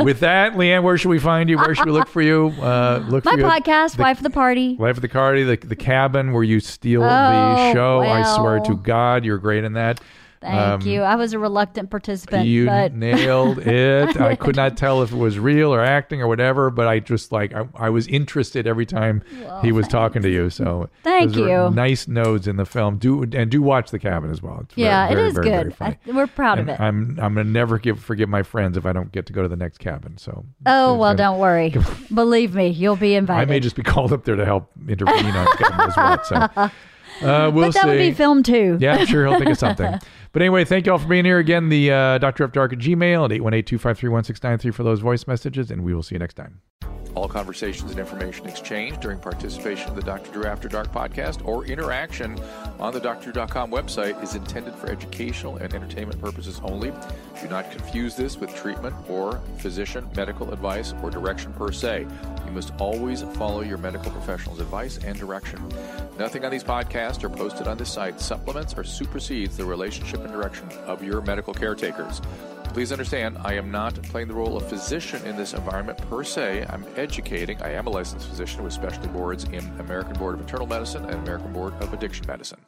Speaker 4: With that, Leanne, where should we find you? Where should we look for you? Uh, look
Speaker 3: My
Speaker 4: for you at
Speaker 3: podcast,
Speaker 4: the-
Speaker 3: Wife of the Party.
Speaker 4: Life of the Cardi, the, the cabin where you steal the
Speaker 3: Oh,
Speaker 4: show. I swear
Speaker 3: well.
Speaker 4: to God, you're great in that.
Speaker 3: Thank
Speaker 4: Um,
Speaker 3: you. I was a reluctant participant,
Speaker 4: you
Speaker 3: but
Speaker 4: nailed it. I could not tell if it was real or acting or whatever, but I just like I, I was interested every time he was talking to you. So
Speaker 3: Thank
Speaker 4: those were
Speaker 3: you.
Speaker 4: Nice nodes in the film. Do and do watch the cabin as well. It's very-
Speaker 3: yeah,
Speaker 4: very,
Speaker 3: it is
Speaker 4: very, very
Speaker 3: good.
Speaker 4: funny.
Speaker 3: I- we're proud
Speaker 4: And
Speaker 3: of it.
Speaker 4: I'm I'm gonna never give forgive my friends if I don't get to go to the next cabin. So
Speaker 3: oh well, don't worry. Believe me, you'll be
Speaker 4: I
Speaker 3: invited.
Speaker 4: may just be called up there to help intervene on cabin as well. So uh, we'll
Speaker 3: but that
Speaker 4: see.
Speaker 3: would be film too.
Speaker 4: Yeah, I'm sure he'll think of something. But anyway, thank you all for being here again. The uh, Dr. F. Dark at Gmail at 818 253 1693 for those voice messages, and we will see you next time.
Speaker 6: All conversations and information exchanged during participation in the Dr. Drew After Dark podcast or interaction on the drdrew.com website is intended for educational and entertainment purposes only. Do not confuse this with treatment or physician medical advice or direction per se. You must always follow your medical professional's advice and direction. Nothing on these podcasts or posted on this site supplements or supersedes the relationship and direction of your medical caretakers. Please understand, I am not playing the role of physician in this environment per se. I'm educating. I am a licensed physician with specialty boards in American Board of Internal Medicine and American Board of Addiction Medicine.